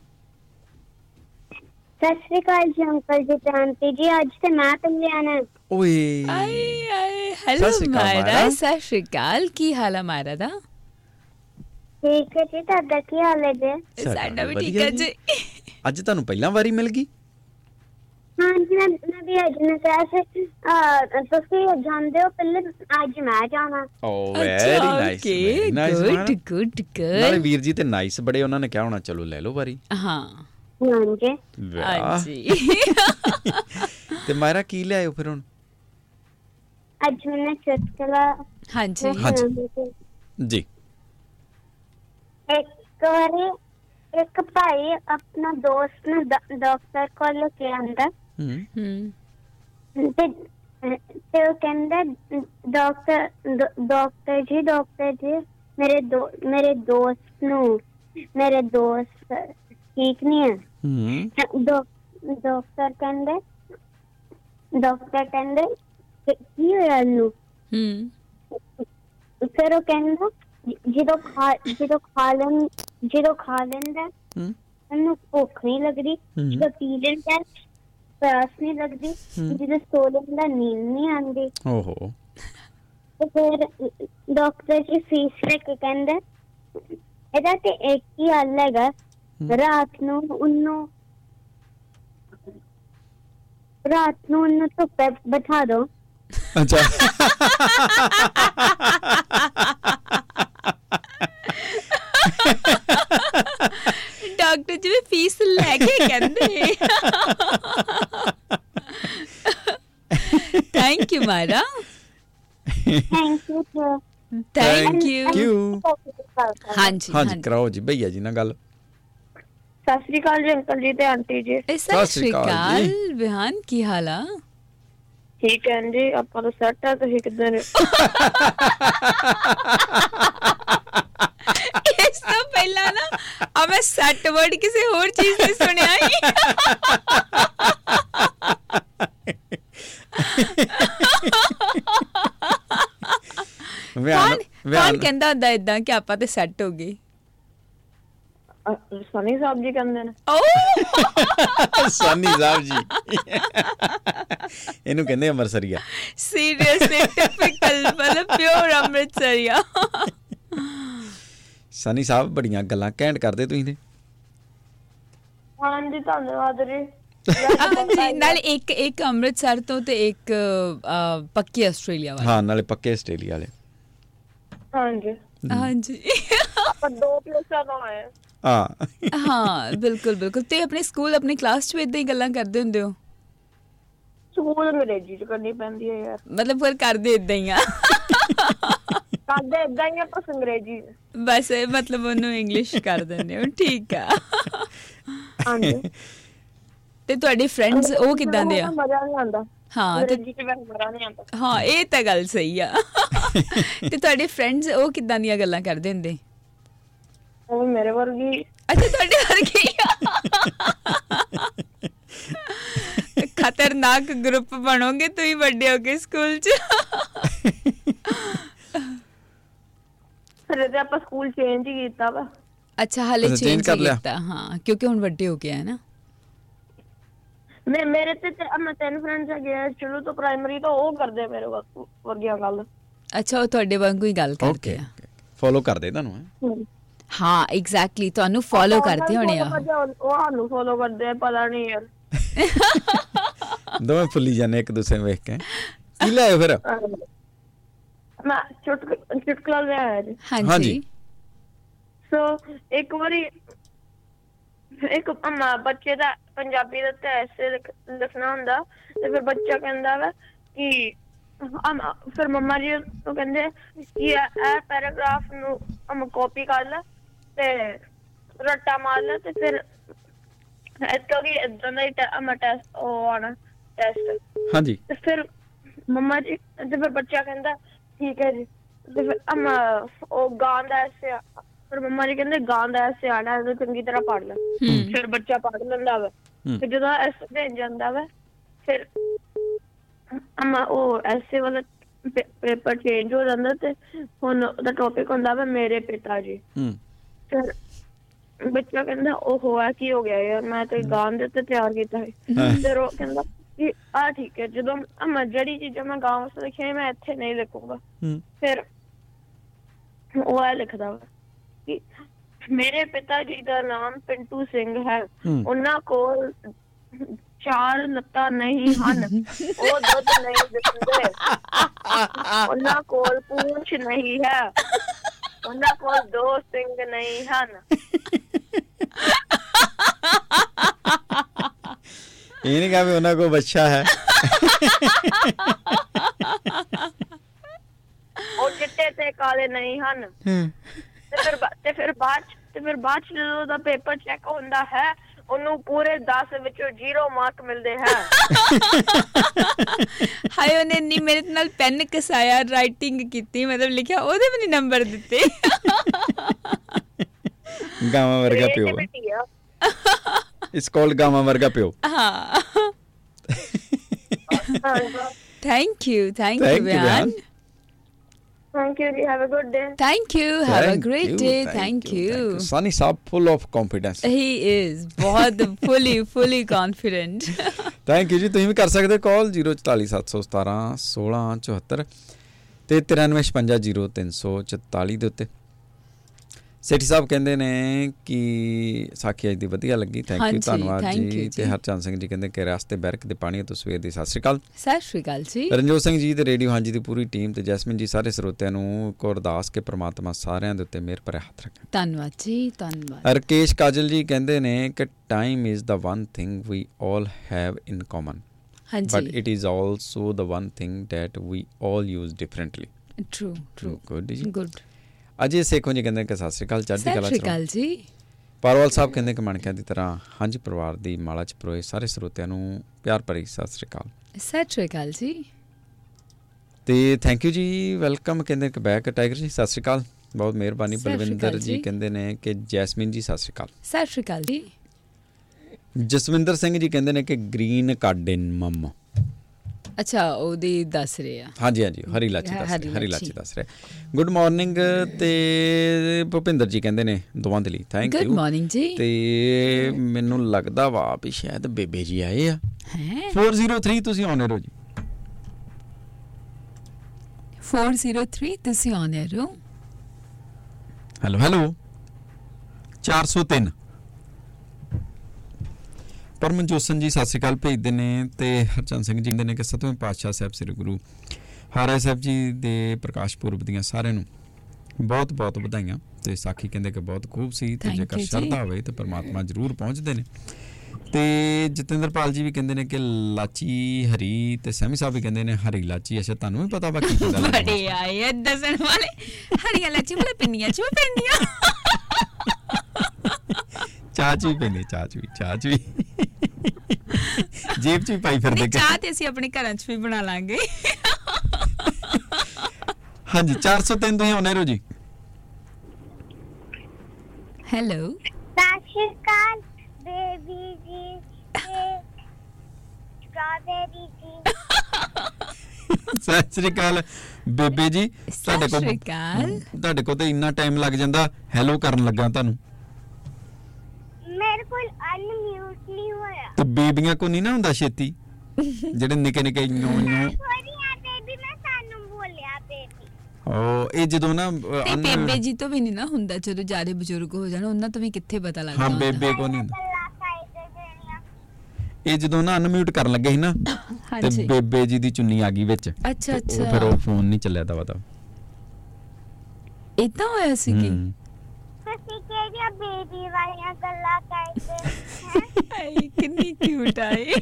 S3: ਸਤਿ ਸ਼੍ਰੀ ਅਕਾਲ ਜੀ ਅੰਕਲ ਜੀ ਪ੍ਰਾਂਤੀ ਜੀ ਅੱਜ ਤੇ ਮੈਂ ਤੁਲਿਆਣਾ
S1: ਓਏ
S2: ਆਏ ਆਏ
S1: ਸਤਿ
S2: ਹੈਲੋ
S1: ਸ਼੍ਰੀ ਅਕਾਲ,
S2: ਮਾਇਰਾ
S1: ਮਾਇਰਾ।
S2: ਸਤਿ ਸ਼੍ਰੀ ਅਕਾਲ ਕੀ ਹਾਲ ਆ ਮਾਇਰਾ ਦਾ
S3: ਠੀਕ ਹੈ ਜੀ ਤੁਹਾਡਾ ਕੀ ਹਾਲ ਹੈ ਜੀ
S1: ਸਾਡਾ
S2: ਸਾਡਾ ਵੀ
S1: ਵੀ
S2: ਠੀਕ
S1: ਵਧੀਆ
S2: ਹੈ
S1: ਜੀ।
S2: ਜੀ
S1: ਅੱਜ ਤੁਹਾਨੂੰ ਪਹਿਲਾਂ ਵਾਰੀ ਮਿਲ ਗਈ
S3: ਹਾਂ ਜੀ ਮੈਂ ਮੈਂ ਵੀ ਅੱਜ ਨਾ ਕੈਸੇ ਤੁਸੀਂ ਜਾਣਦੇ ਹੋ ਪਹਿਲੇ ਅੱਜ ਮੈਂ ਜਾਣਾ
S1: ਓ
S2: ਓਕੇ ਗੁੱਡ ਗੁੱਡ
S1: ਨਾਲੇ
S2: ਗੁੱਡ
S1: ਵੀਰ ਜੀ ਤੇ ਨਾਈਸ ਬੜੇ ਉਹਨਾਂ ਨੇ ਕਿਹਾ ਹੋਣਾ ਚਲੋ ਲੈ ਲਓ ਵਾਰੀ
S2: ਹਾਂ
S3: ਹਾਂ ਜੀ
S1: ਵਾਹ।
S2: ਹਾਂਜੀ
S1: ਤੇ ਮਾਇਰਾ ਕੀ ਲਿਆਇਓ ਫਿਰ ਹੁਣ
S3: ਅੱਜ ਮੈਂ ਚੁਟਕਲਾ
S2: ਹਾਂਜੀ
S3: Oh.
S1: ਹਾਂ। ਹਾਂਜੀ।
S3: ਸੁਣਾਉਂਦੀ ਸੀ।
S1: ਜੀ
S3: ਇੱਕ ਵਾਰੀ ਇੱਕ ਭਾਈ ਆਪਣਾ ਦੋਸਤ ਨੂੰ ਡਾ- ਡਾਕਟਰ ਕੋਲ ਲੈ ਕੇ ਆਂਦਾ
S1: ਹੂੰ
S2: ਹੂੰ
S3: ਤੇ ਤੇ ਉਹ ਕਹਿੰਦਾ ਡਾਕਟਰ ਡ- ਡਾਕਟਰ ਜੀ ਡਾਕਟਰ ਜੀ ਮੇਰੇ ਦੋ ਮੇਰੇ ਦੋਸਤ ਨੂੰ ਮੇਰੇ ਦੋਸਤ ਠੀਕ ਨਹੀਂ ਹੈ
S1: ਹੂੰ
S3: ਡਾਕ- ਡਾਕਟਰ ਕਹਿੰਦੇ ਡਾਕਟਰ ਕਹਿੰਦੇ ਕਿ ਕੀ ਹੋਇਆ ਇਹਨੂੰ
S2: ਹੂੰ
S3: ਫਿਰ ਉਹ ਕਹਿੰਦਾ ਜ- ਜਦੋਂ ਖਾ ਜਦੋਂ ਖਾ ਲੈਂ ਜਦੋਂ ਖਾ ਲੈਂਦਾ
S1: ਹੂੰ
S3: ਉਹਨੂੰ ਭੁੱਖ ਨਹੀਂ ਲੱਗਦੀ
S1: ਹਮ।
S3: ਜਦੋਂ ਪੀ ਲੈਂਦਾ ਪਿਆਸ ਨਹੀਂ ਲੱਗਦੀ
S1: ਹਮ।
S3: ਜਦੋਂ ਸੋ ਲੈਂਦਾ ਨੀਂਦ ਨਹੀਂ ਆਉਂਦੀ
S1: ਓਹੋ
S3: ਤੇ ਫਿਰ ਡਾਕਟਰ ਜੀ ਫੀਸ ਲੈ ਕੇ ਕਹਿੰਦਾ ਇਹਦਾ ਤੇ ਇੱਕ ਹੀ ਹੱਲ ਹੈਗਾ ਰਾਤ ਨੂੰ ਉਹਨੂੰ ਰਾਤ ਨੂੰ ਉਹਨੂੰ ਧੁੱਪੇ ਬਿਠਾ ਦਿਓ
S1: ਅੱਛਾ
S2: ਡਾਕਟਰ ਜੀ ਵੀ ਫੀਸ ਲੈ ਕੇ ਕਹਿੰਦੇ thank you Myra
S3: thank you
S2: thank you
S1: you.
S3: ਸਤਿ
S2: ਹਾਂਜੀ
S1: ਹਾਂਜੀ
S2: ਹਾਂਜੀ
S1: ਕਰਾਓ ਜੀ ਭਈਆ ਜੀ ਨਾਲ ਗੱਲ
S3: ਸ਼੍ਰੀ ਅਕਾਲ ਜੀ ਅੰਕਲ ਜੀ ਤੇ ਆਂਟੀ ਜੀ
S2: ਇਹ
S1: ਸਤਿ ਸ਼੍ਰੀ
S2: ਸਤਿ ਸ਼੍ਰੀ
S1: ਅਕਾਲ
S2: ਅਕਾਲ
S1: ਜੀ।
S2: ਵਿਹਾਨ ਕੀ ਹਾਲ ਆ
S4: ਠੀਕ ਹੈ ਜੀ ਆਪਾਂ ਤਾਂ ਸੈੱਟ ਆ ਤੁਸੀਂ ਕਿੱਦਾਂ ਨੇ
S2: ਇਸ ਤੋਂ ਪਹਿਲਾਂ ਨਾ ਆ ਮੈਂ ਸੱਟ ਵਰਡ ਕਿਸੇ ਹੋਰ ਚੀਜ਼ ਤੇ ਸੁਣਿਆ ਹੀ
S1: ਵਿਆਨ
S2: ਕੌਣ ਕੌਣ ਕਹਿੰਦਾ ਹੁੰਦਾ ਇਦਾਂ ਕਿ ਆਪਾਂ ਤੇ ਸੈੱਟ ਹੋ ਗਏ
S4: ਅ- ਸਨੀ ਸਾਹਿਬ ਜੀ ਕਹਿੰਦੇ ਨੇ
S2: ਓ
S1: ਸਾਨੀ ਸਾਹਿਬ ਜੀ ਇਹਨੂੰ ਕਹਿੰਦੇ ਅੰਮ੍ਰਿਤਸਰੀਆ
S2: ਸੀਰੀਅਸਲੀ ਟਿਪੀਕਲ ਮਤਲਬ ਪਿਓਰ ਅੰਮ੍ਰਿਤਸਰੀਆ
S1: ਸਾਨੀ ਸਾਹਿਬ ਬੜੀਆਂ ਗੱਲਾਂ ਘੈਂਟ ਕਰਦੇ ਤੁਸੀਂ ਤੇ
S4: ਹਾਂਜੀ ਧੰਨਵਾਦ ਜੀ
S2: ਹਾਂਜੀ ਨਾਲ ਇੱਕ ਇੱਕ ਅੰਮ੍ਰਿਤਸਰ ਤੋਂ ਤੇ ਇੱਕ ਅਹ, ਪੱਕੀ ਆਸਟ੍ਰੇਲੀਆ ਵਾਲਾ
S1: ਹਾਂ ਨਾਲੇ ਪੱਕੇ ਆਸਟ੍ਰੇਲੀਆ ਵਾਲੇ
S4: ਹਾਂਜੀ
S2: ਹਾਂਜੀ हाँ
S4: ਆਪਾਂ ਦੋ ਪਲੇਸਾਂ ਤੋਂ ਆਏ ਹਾਂ।
S1: ਆ
S2: ਹਾਂ ਬਿਲਕੁਲ ਬਿਲਕੁਲ ਤੇ ਆਪਣੇ ਸਕੂਲ ਆਪਣੀ ਕਲਾਸ 'ਚ ਵੀ ਇਦਾਂ ਹੀ ਗੱਲਾਂ ਕਰਦੇ ਹੁੰਦੇ ਹੋ
S4: ਸਕੂਲ ਅੰਗਰੇਜ਼ੀ ਚ ਕਰਨੀ ਪੈਂਦੀ ਹੈ ਯਾਰ
S2: ਮਤਲਬ मतलब ਫਿਰ ਕਰਦੇ ਇਦਾਂ ਹੀ ਆ
S4: ਕਰਦੇ ਇਦਾਂ ਹੀ ਆ ਪਰ ਅੰਗਰੇਜ਼ੀ ਚ।
S2: ਬਸ ਇਹ ਮਤਲਬ ਉਹਨੂੰ ਇੰਗਲਿਸ਼ ਕਰ ਦਿੰਦੇ ਹੋ ਠੀਕ ਆ
S4: ਹਾਂਜੀ
S2: ਤੇ ਤੁਹਾਡੇ ਫਰੈਂਡਸ ਉਹ ਕਿਦਾਂ ਦੇ ਆ
S4: ਮਜ਼ਾ ਨਹੀਂ ਆਉਂਦਾ
S2: ਹਾਂ ਤੇ
S4: ਅੰਗਰੇਜ਼ੀ ਚ ਵੈਸੇ ਮਜ਼ਾ ਨਹੀਂ ਆਉਂਦਾ
S2: ਹਾਂ ਇਹ ਤਾਂ ਗੱਲ ਸਹੀ ਆ ਤੇ ਤੁਹਾਡੇ ਫਰੈਂਡਸ ਉਹ ਕਿਦਾਂ ਦੀਆਂ ਗੱਲਾਂ ਕਰਦੇ ਹੁੰਦੇ
S4: ਉਹ ਵੀ ਮੇਰੇ ਵਰਗੀ
S2: ਅੱਛਾ ਤੁਹਾਡੇ ਵਰਗੇ ਹੀ ਆ। ਖਤਰਨਾਕ ਗਰੁੱਪ ਬਣੋਗੇ ਤੁਸੀਂ ਵੱਡੇ ਹੋ ਕੇ ਸਕੂਲ 'ਚ
S4: ਫਿਰ ਤੇ ਆਪਾਂ ਸਕੂਲ ਚੇਂਜ ਹੀ ਕੀਤਾ ਵਾ
S2: ਅੱਛਾ ਹਾਲੇ
S1: ਅੱਛਾ, change
S2: ਚੇਂਜ
S1: ਕਰ ਲਿਆ।
S2: ਕੀਤਾ ਹਾਂ ਕਿਉਂਕਿ ਹੁਣ ਵੱਡੇ ਹੋ ਗਏ ਆ ਨਾ
S4: ਮੈਂ ਮੇਰੇ ਤੇ ਤੇ- ਮੈਂ ਤਿੰਨ ਫਰੈਂਡਸ ਹੈਗੇ ਆ ਸ਼ੁਰੂ ਤੋਂ ਪ੍ਰਾਇਮਰੀ ਤੋਂ ਉਹ ਕਰਦੇ ਆ ਮੇਰੇ ਵਰ- ਵਰਗੀਆਂ ਗੱਲ
S2: ਅੱਛਾ ਉਹ ਤੁਹਾਡੇ ਵਾਂਗੂ ਹੀ ਗੱਲ ਕਰਦੇ
S1: ਓਕੇ
S2: ਆ
S1: ਫੋਲੋ ਕਰਦੇ ਤੁਹਾਨੂੰ ਹੈਂ?
S2: ਹਾਂ ਐਗਜ਼ੈਕਟਲੀ ਤੁਹਾਨੂੰ ਫੋਲੋ ਕਰਦੇ ਹੋਣੇ ਆ ਉਹ।
S4: ਉਹ ਸਾਨੂੰ ਫੋਲੋ ਕਰਦੇ ਆ ਪਤਾ ਨਹੀਂ ਯਾਰ
S1: ਦੋਵੇਂ ਫੁੱਲੀ ਜਾਂਦੇ ਇੱਕ ਦੂਸਰੇ ਨੂੰ ਵੇਖ ਕੇ ਕੀ ਲਿਆਇਓ ਫਿਰ
S4: ਮੈਂ ਚੁਟਕ ਚੁਟਕਲਾ ਲੈ ਆਇਆ ਜੀ
S2: ਹਾਂਜੀ
S1: ਹਾਂਜੀ।
S4: ਸੋ ਇੱਕ ਵਾਰੀ ਇੱਕ ਅਮਾ ਬੱਚੇ ਦਾ ਪੰਜਾਬੀ ਦਾ ਟੈਸਟ ਲਿਖਣਾ ਹੁੰਦਾ ਤੇ ਫਿਰ ਬੱਚਾ ਕਹਿੰਦਾ ਵਾ ਕਿ ਅਮਾ ਫਿਰ ਮੰਮਾ ਜੀ ਉਹ ਕਹਿੰਦੇ ਕਿ ਇਹ ਇਹ ਪੈਰਾਗ੍ਰਾਫ ਨੂੰ ਅਮ ਕਾਪੀ ਕਰ ਲੈ ਤੇ ਰੱਟਾ ਮਾਰ ਲੈ ਤੇ ਫਿਰ ਇਤੋਂ ਕਿ ਇਦਾਂ ਦਾ ਹੀ ਟੈ- ਅਮ ਟੈਸਟ ਉਹ ਆਣਾ ਟੈਸਟ
S1: ਹਾਂਜੀ
S4: ਤੇ ਫਿਰ ਮੰਮਾ ਜੀ ਤੇ ਫਿਰ ਬੱਚਾ ਕਹਿੰਦਾ ਠੀਕ ਹੈ ਜੀ ਤੇ ਫਿਰ ਅਮਾ ਉਹ ਗਾਂ ਦਾ ਐਸੇ ਫਿਰ ਮੰਮਾ ਜੀ ਕਹਿੰਦੇ ਗਾਂ ਦਾ ਐਸੇ ਆਣਾ ਇਹਨੂੰ ਚੰਗੀ ਤਰ੍ਹਾਂ ਪੜ ਲੈ
S2: ਹੂੰ।
S4: ਫਿਰ ਬੱਚਾ ਪੜ ਲੈਂਦਾ ਵਾ
S1: ਹੂੰ।
S4: ਫਿਰ ਜਦੋਂ ਐਸੇ ਦੇ ਜਾਂਦਾ ਵਾ ਫਿਰ ਅਮਾ ਉਹ ਐਸੇ ਵਾਲਾ ਪੇ- ਪੇਪਰ ਚੇਂਜ ਹੋ ਜਾਂਦਾ ਤੇ ਹੁਣ ਉਹਦਾ ਟੌਪਿਕ ਹੁੰਦਾ ਵਾ ਮੇਰੇ ਪਿਤਾ ਜੀ
S1: ਹੂੰ
S4: ਫਿਰ ਬੱਚਾ ਕਹਿੰਦਾ ਉਹ ਹੋਇਆ ਕੀ ਹੋ ਗਿਆ ਯਾਰ ਮੈਂ ਤੇ ਗਾਉਣ ਦੇ ਉੱਤੇ ਤਿਆਰ ਕੀਤਾ ਹੈ ਫਿਰ ਉਹ ਕਹਿੰਦਾ ਕਿ ਆ ਠੀਕ ਹੈ ਜਦੋਂ ਆਹ ਮੈਂ ਜਿਹੜੀ ਚੀਜ਼ਾਂ ਮੈਂ ਗਾਉਂ ਵਾਸਤੇ ਲਿਖੀਆਂ ਸੀ, ਮੈਂ ਇੱਥੇ ਨਹੀਂ ਲਿਖੂੰਗਾ
S1: ਹੂੰ
S4: ਫਿਰ ਉਹ ਆ ਲਿਖਦਾ ਵਾ ਕਿ ਮੇਰੇ ਪਿਤਾ ਜੀ ਦਾ ਨਾਮ ਪਿੰਟੂ ਸਿੰਘ ਹੈ
S1: ਹੂੰ।
S4: ਉਹਨਾਂ ਕੋਲ ਚਾਰ ਲੱਤਾਂ ਨਹੀਂ ਹਨ ਉਹ ਦੁੱਧ ਨਹੀਂ ਦਿੰਦੇ ਉਹਨਾਂ ਕੋਲ ਪੂੰਛ ਨਹੀਂ ਹੈ ਉਹਨਾਂ ਕੋਲ ਦੋ ਸਿੰਘ ਨਹੀਂ ਹਨ
S1: ਇਹ ਨਹੀਂ ਕਹਾਂ ਵੀ ਉਹਨਾਂ ਕੋਲ ਬੱਚਾ ਹੈ
S4: ਉਹ ਚਿੱਟੇ ਤੇ ਕਾਲੇ ਨਹੀਂ ਹਨ ਤੇ ਫਿਰ ਬਾ- ਤੇ ਫਿਰ ਬਾਅਦ ਚ- ਤੇ ਫਿਰ ਬਾਅਦ ਚ ਜਦੋਂ ਉਹਦਾ ਪੇਪਰ ਚੈੱਕ ਹੁੰਦਾ ਹੈ ਉਹਨੂੰ ਪੂਰੇ 10 ਵਿੱਚੋਂ 0 ਮਾਰਕ ਮਿਲਦੇ ਹੈ
S2: ਹਾਏ ਉਹਨੇ ਇੰਨੀ ਮੇਰੇ ਨਾਲ ਪੈਨ ਕਸਾਇਆ ਰਾਈਟਿੰਗ ਕੀਤੀ ਮਤਲਬ ਲਿਖਿਆ ਉਹਦੇ ਵੀ ਨਹੀਂ ਨੰਬਰ ਦਿੱਤੇ
S1: ਗਾਵਾਂ ਵਰਗਾ ਪਿਓ ਹੈ।
S4: Creativity ਆ।
S1: ਇਸ ਕੋਲ ਗਾਵਾਂ ਵਰਗਾ ਪਿਓ
S2: ਹਾਂ thank you thank
S1: Thank
S2: you
S1: you,
S2: ਬਿਆਨ
S1: Vihan.
S4: Thank you ਜੀ have a good day
S2: thank you have a
S1: Thank
S2: great
S1: you,
S2: day
S1: thank
S2: thank
S1: you, thank
S2: you
S1: you. Sani Sahib full of confidence
S2: he is ਬਹੁਤ fully fully confident
S1: thank you ਜੀ ਤੁਸੀਂ ਵੀ ਕਰ ਸਕਦੇ ਕਾਲ 044717 1674 ਤੇ 93560344 ਦੇ ਉੱਤੇ ਸੇਠੀ ਸਾਹਿਬ ਕਹਿੰਦੇ ਨੇ ਕਿ ਸਾਖੀ ਅੱਜ ਦੀ ਵਧੀਆ ਲੱਗੀ ਥੈਂਕ
S2: ਹਾਂਜੀ,
S1: ਯੂ ਧੰਨਵਾਦ
S2: thank you
S1: ਜੀ ਤੇ
S2: ਜੀ।
S1: ਹਰਚੰਦ ਸਿੰਘ ਜੀ ਕਹਿੰਦੇ ਕਿ ਰਾਸਤੇ ਬੈਰਕ ਦੇ ਪਾਣੀ ਤੋਂ ਸਵੇਰ ਦੀ ਸਤਿ ਸ਼੍ਰੀ ਅਕਾਲ
S2: ਸਤਿ ਸ਼੍ਰੀ ਅਕਾਲ ਜੀ
S1: ਰਣਜੋਤ ਸਿੰਘ ਜੀ ਤੇ ਰੇਡੀਓ ਹਾਂਜੀ ਦੀ ਪੂਰੀ ਟੀਮ ਤੇ ਜੈਸਮਿਨ ਜੀ ਸਾਰੇ ਸਰੋਤਿਆਂ ਨੂੰ ਇੱਕ ਅਰਦਾਸ ਕੇ ਪ੍ਰਮਾਤਮਾ ਸਾਰਿਆਂ ਦੇ ਉੱਤੇ ਮਿਹਰ ਭਰਿਆ ਹੱਥ ਰੱਖੇ
S2: ਧੰਨਵਾਦ ਜੀ ਧੰਨਵਾਦ
S1: ਰਕੇਸ਼ ਕਾਜਲ ਜੀ ਕਹਿੰਦੇ ਨੇ ਕਿ time is the one thing we all have in common but
S2: ਹਾਂਜੀ
S1: it is also the one thing that we all use differently
S2: true true
S1: good ਜੀ
S2: ਗੁੱਡ
S1: ਅਜੇ ਸੇਖੋ ਜੀ ਕਹਿੰਦੇ ਕਿ ਸਤਿ ਸ੍ਰੀ ਅਕਾਲ ਚੜ੍ਹਦੀ
S2: ਸਤਿ
S1: ਕਲਾ
S2: ਸ਼੍ਰੀ
S1: ਚ ਰਹੋ।
S2: ਅਕਾਲ ਜੀ
S1: ਪਾਰਵਾਲ ਸਾਹਿਬ ਕਹਿੰਦੇ ਕਿ ਮਣਕਿਆਂ ਦੀ ਤਰ੍ਹਾਂ ਹੰਝ ਪਰਿਵਾਰ ਦੀ ਮਾਲਾ ਚ ਪਰੋਏ ਸਾਰੇ ਸਰੋਤਿਆਂ ਨੂੰ ਪਿਆਰ ਭਰੀ ਸਤਿ ਸ੍ਰੀ ਅਕਾਲ
S2: ਸਤਿ ਸ਼੍ਰੀ ਅਕਾਲ ਜੀ
S1: ਤੇ ਥੈਂਕ ਯੂ ਜੀ ਵੈਲਕਮ ਕਹਿੰਦੇ ਕਿ ਬੈਕ ਟਾਈਗਰ ਜੀ ਸਤਿ ਸ੍ਰੀ ਅਕਾਲ ਬਹੁਤ ਮਿਹਰਬਾਨੀ
S2: ਸਤਿ ਸ਼੍ਰੀ
S1: ਬਲਵਿੰਦਰ
S2: ਅਕਾਲ
S1: ਜੀ
S2: ਜੀ।
S1: ਕਹਿੰਦੇ ਨੇ ਕਿ ਜੈਸਮੀਨ ਜੀ ਸਤਿ ਸ਼੍ਰੀ ਅਕਾਲ
S2: ਸਤਿ ਸ਼੍ਰੀ ਅਕਾਲ ਜੀ
S1: ਜਸਵਿੰਦਰ ਸਿੰਘ ਜੀ ਕਹਿੰਦੇ ਨੇ ਕਿ ਗ੍ਰੀਨ ਕਾਰਡਨ ਮਮ
S2: ਅੱਛਾ ਉਹਦੀ ਦੱਸ ਰਹੇ ਆ
S1: ਹਾਂਜੀ ਹਾਂਜੀ ਹਰੀ ਲਾਚੀ ਦੱਸ
S2: ਹਰੀ
S1: ਰਿਹਾ ਹਰੀ
S2: ਇਲਾਚੀ।
S1: ਲਾਚੀ ਦੱਸ ਰਿਹਾ ਗੁੱਡ ਮਾਰਨਿੰਗ ਤੇ ਭੁਪਿੰਦਰ ਜੀ ਕਹਿੰਦੇ ਨੇ ਦੋਵਾਂ ਦੇ ਲਈ ਥੈਂਕ ਯੂ
S2: Good morning ਜੀ।
S1: ਤੇ ਮੈਨੂੰ ਲੱਗਦਾ ਵਾ ਵੀ ਸ਼ਾਇਦ ਬੇਬੇ ਜੀ ਆਏ ਆ
S2: ਹੈ
S1: 403 ਤੁਸੀਂ ਆਨ ਹੋ ਜੀ
S2: 403 ਤੁਸੀਂ ਆਨ 에ਅਰ ਹੋ
S1: ਹੈਲੋ ਹੈਲੋ 403 ਪਰਮਜੋਸਨ ਜੀ ਸਤਿ ਸ਼੍ਰੀ ਅਕਾਲ ਭੇਜਦੇ ਨੇ ਤੇ ਹਰਚੰਦ ਸਿੰਘ ਜੀ ਕਹਿੰਦੇ ਨੇ ਕਿ ਸਤਵੇਂ ਪਾਤਸ਼ਾਹ ਸਾਹਿਬ ਸ੍ਰੀ ਗੁਰੂ ਹਰਿ ਸਾਹਿਬ ਜੀ ਦੇ ਪ੍ਰਕਾਸ਼ ਪੁਰਬ ਦੀਆਂ ਸਾਰਿਆਂ ਨੂੰ ਬਹੁਤ ਬਹੁਤ ਵਧਾਈਆਂ ਤੇ ਸਾਖੀ ਕਹਿੰਦੇ ਕਿ ਬਹੁਤ ਖੂਬ ਸੀ ਤੇ
S2: Thank
S1: ਜੇਕਰ
S2: you ਜੀ।
S1: ਸ਼ਰਧਾ ਹੋਵੇ ਤੇ ਪਰਮਾਤਮਾ ਜ਼ਰੂਰ ਪਹੁੰਚਦੇ ਨੇ ਤੇ ਜਤਿੰਦਰਪਾਲ ਜੀ ਵੀ ਕਹਿੰਦੇ ਨੇ ਕਿ ਲਾਚੀ ਹਰੀ ਤੇ ਸਹਿਮੀ ਸਾਹਿਬ ਵੀ ਕਹਿੰਦੇ ਨੇ ਹਰੀ ਲਾਚੀ ਅੱਛਾ ਤੁਹਾਨੂੰ ਵੀ ਪਤਾ ਵਾ ਕੀ ਗੱਲ ਹੈ
S2: ਬੜੇ ਆਏ ਆ ਦੱਸਣ ਵਾਲੇ ਹਰੀਆਂ ਲੱਚੀ ਬਲੇ ਪਿੰਨੀਆਂ ਚ ਵੀ ਪੈਂਦੀਆਂ
S1: ਚਾਹ ਚ ਵੀ ਪੈਂਦੀ ਚਾਹ ਚ ਵੀ ਚਾਹ ਚ ਵੀ ਜੇਬ ਚ ਵੀ ਪਾਈ ਫਿਰਦੇ
S2: ਨਹੀਂ
S1: ਕਿ
S2: ਚਾਹ ਤੇ ਅਸੀਂ ਆਪਣੇ ਘਰਾਂ ਚ ਵੀ ਬਣਾ ਲਾਂਗੇ
S1: ਹਾਂਜੀ 403 ਤੁਸੀਂ ਆਉਣੇ ਰੋ ਜੀ
S2: ਹੈਲੋ
S3: ਸਤਿ ਸ਼੍ਰੀ ਅਕਾਲ ਬੇਬੀ ਜੀ ਤੇ ਸਟ੍ਰਾਬੇਰੀ ਜੀ
S1: ਸਤਿ ਸ੍ਰੀ ਅਕਾਲ ਬੇਬੇ ਜੀ ਤੁਹਾਡੇ ਕੋਲ
S2: ਸ੍ਰੀ ਅਕਾਲ।
S1: ਤੁਹਾਡੇ ਕੋਲ ਤਾਂ ਇੰਨਾ ਟਾਈਮ ਲੱਗ ਜਾਂਦਾ ਹੈਲੋ ਕਰਨ ਲੱਗਾ ਤੁਹਾਨੂੰ
S3: ਮੇਰੇ ਕੋਲ ਅਨਮਿਊਟ ਨਹੀਂ ਹੋਇਆ
S1: ਤੇ ਬੀਬੀਆਂ ਕੋ ਨਹੀਂ ਨਾ ਹੁੰਦਾ ਛੇਤੀ ਜਿਹੜੇ ਨਿੱਕੇ ਨਿੱਕੇ ਨੂੰ ਨੂੰ
S3: ਹੋਰੀਆ ਬੇਬੀ ਮੈਂ ਸਾਨੂੰ ਬੋਲਿਆ ਬੇਬੀ
S1: ਉਹ ਇਹ ਜਦੋਂ ਨਾ ਅ,
S2: ਤੇ
S1: ਅਨ-
S2: ਬੇਬੇ ਜੀ ਤੋਂ ਵੀ ਨਹੀਂ ਨਾ ਹੁੰਦਾ ਜਦੋਂ ਜਾਰੇ ਬਜ਼ੁਰਗ ਹੋ ਜਾਣ ਉਹਨਾਂ ਤੋਂ ਵੀ ਕਿੱਥੇ ਪਤਾ ਲੱਗਦਾ
S1: ਹਾਂ
S2: ਹੁੰਦਾ।
S1: ਬੇਬੇ ਕੋ ਨਹੀਂ ਹੁੰਦਾ
S3: ਗੱਲਾਂ ਸਾਈ ਦੇ ਜਿਹੜੀਆਂ
S1: ਇਹ ਜਦੋਂ ਨਾ ਅਨਮਿਊਟ ਕਰਨ ਲੱਗੇ ਸੀ ਨਾ ਤੇ
S2: ਹਾਂਜੀ
S1: ਬੇਬੇ ਜੀ ਦੀ ਚੁੰਨੀ ਆ ਗਈ ਵਿੱਚ
S2: ਅੱਛਾ
S1: ਤੇ ਉਹ
S2: ਅੱਛਾ
S1: ਫਿਰ ਉਹ ਫੋਨ ਨਹੀਂ ਚੱਲਿਆ ਤਾਂ ਪਤਾ
S2: ਇਦਾਂ ਹੋਇਆ ਸੀ ਕਿ
S1: ਹੂੰ।
S3: ਤੁਸੀਂ ਕਿਹੜੀਆਂ ਬੇਬੀ ਵਾਲੀਆਂ ਗੱਲਾਂ ਕਰਦੇ
S2: ਹਾਏ, ਕਿੰਨੀ ਕਿਊਟ ਆਏ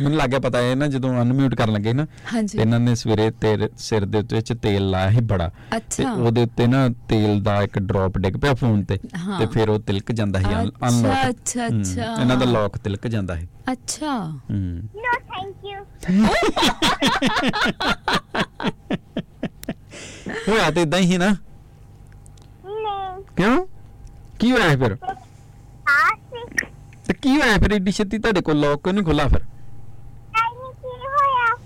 S1: ਮੈਨੂੰ ਲੱਗਿਆ ਪਤਾ ਇਹ ਨਾ ਜਦੋਂ ਅਨਮਿਊਟ ਕਰਨ ਲੱਗੇ ਨਾ ਤੇ
S2: ਹਾਂਜੀ
S1: ਇਹਨਾਂ ਨੇ ਸਵੇਰੇ ਤੇਰੇ ਸਿਰ ਦੇ ਉੱਤੇ ਵਿੱਚ ਤੇਲ ਲਾਇਆ ਸੀ ਬੜਾ ਤੇ
S2: ਅੱਛਾ
S1: ਉਹਦੇ ਉੱਤੇ ਨਾ ਤੇਲ ਦਾ ਇੱਕ ਡ੍ਰੌਪ ਡਿੱਗ ਪਿਆ ਫੋਨ ਤੇ
S2: ਹਾਂ।
S1: ਤੇ ਫਿਰ ਉਹ ਤਿਲਕ ਜਾਂਦਾ ਸੀ
S2: ਅੱਛਾ,
S1: ਅਨਲੌਕ
S2: ਅੱਛਾ, ਅੱਛਾ।
S1: ਇਹਨਾਂ ਦਾ ਲੌਕ ਤਿਲਕ ਜਾਂਦਾ ਸੀ
S2: ਅੱਛਾ
S1: ਹੂੰ
S3: ਨੋ ਥੈਂਕ ਯੂ
S1: ਹੋਇਆ ਤੇ ਇਦਾਂ ਹੀ ਨਾ
S3: ਨਹੀਂ
S1: ਕਿਉਂ ਕੀ ਹੋਇਆ ਸੀ ਫਿਰ
S3: ਆਸੀ
S1: ਤੇ ਕੀ ਹੋਇਆ ਫਿਰ ਏਡੀ ਛੇਤੀ ਤੁਹਾਡੇ ਕੋਲ ਲੌਕ ਕਿਉਂ ਨਹੀਂ ਖੁੱਲਾ ਫਿਰ
S3: ਨਹੀਂ ਕੀ ਹੋਇਆ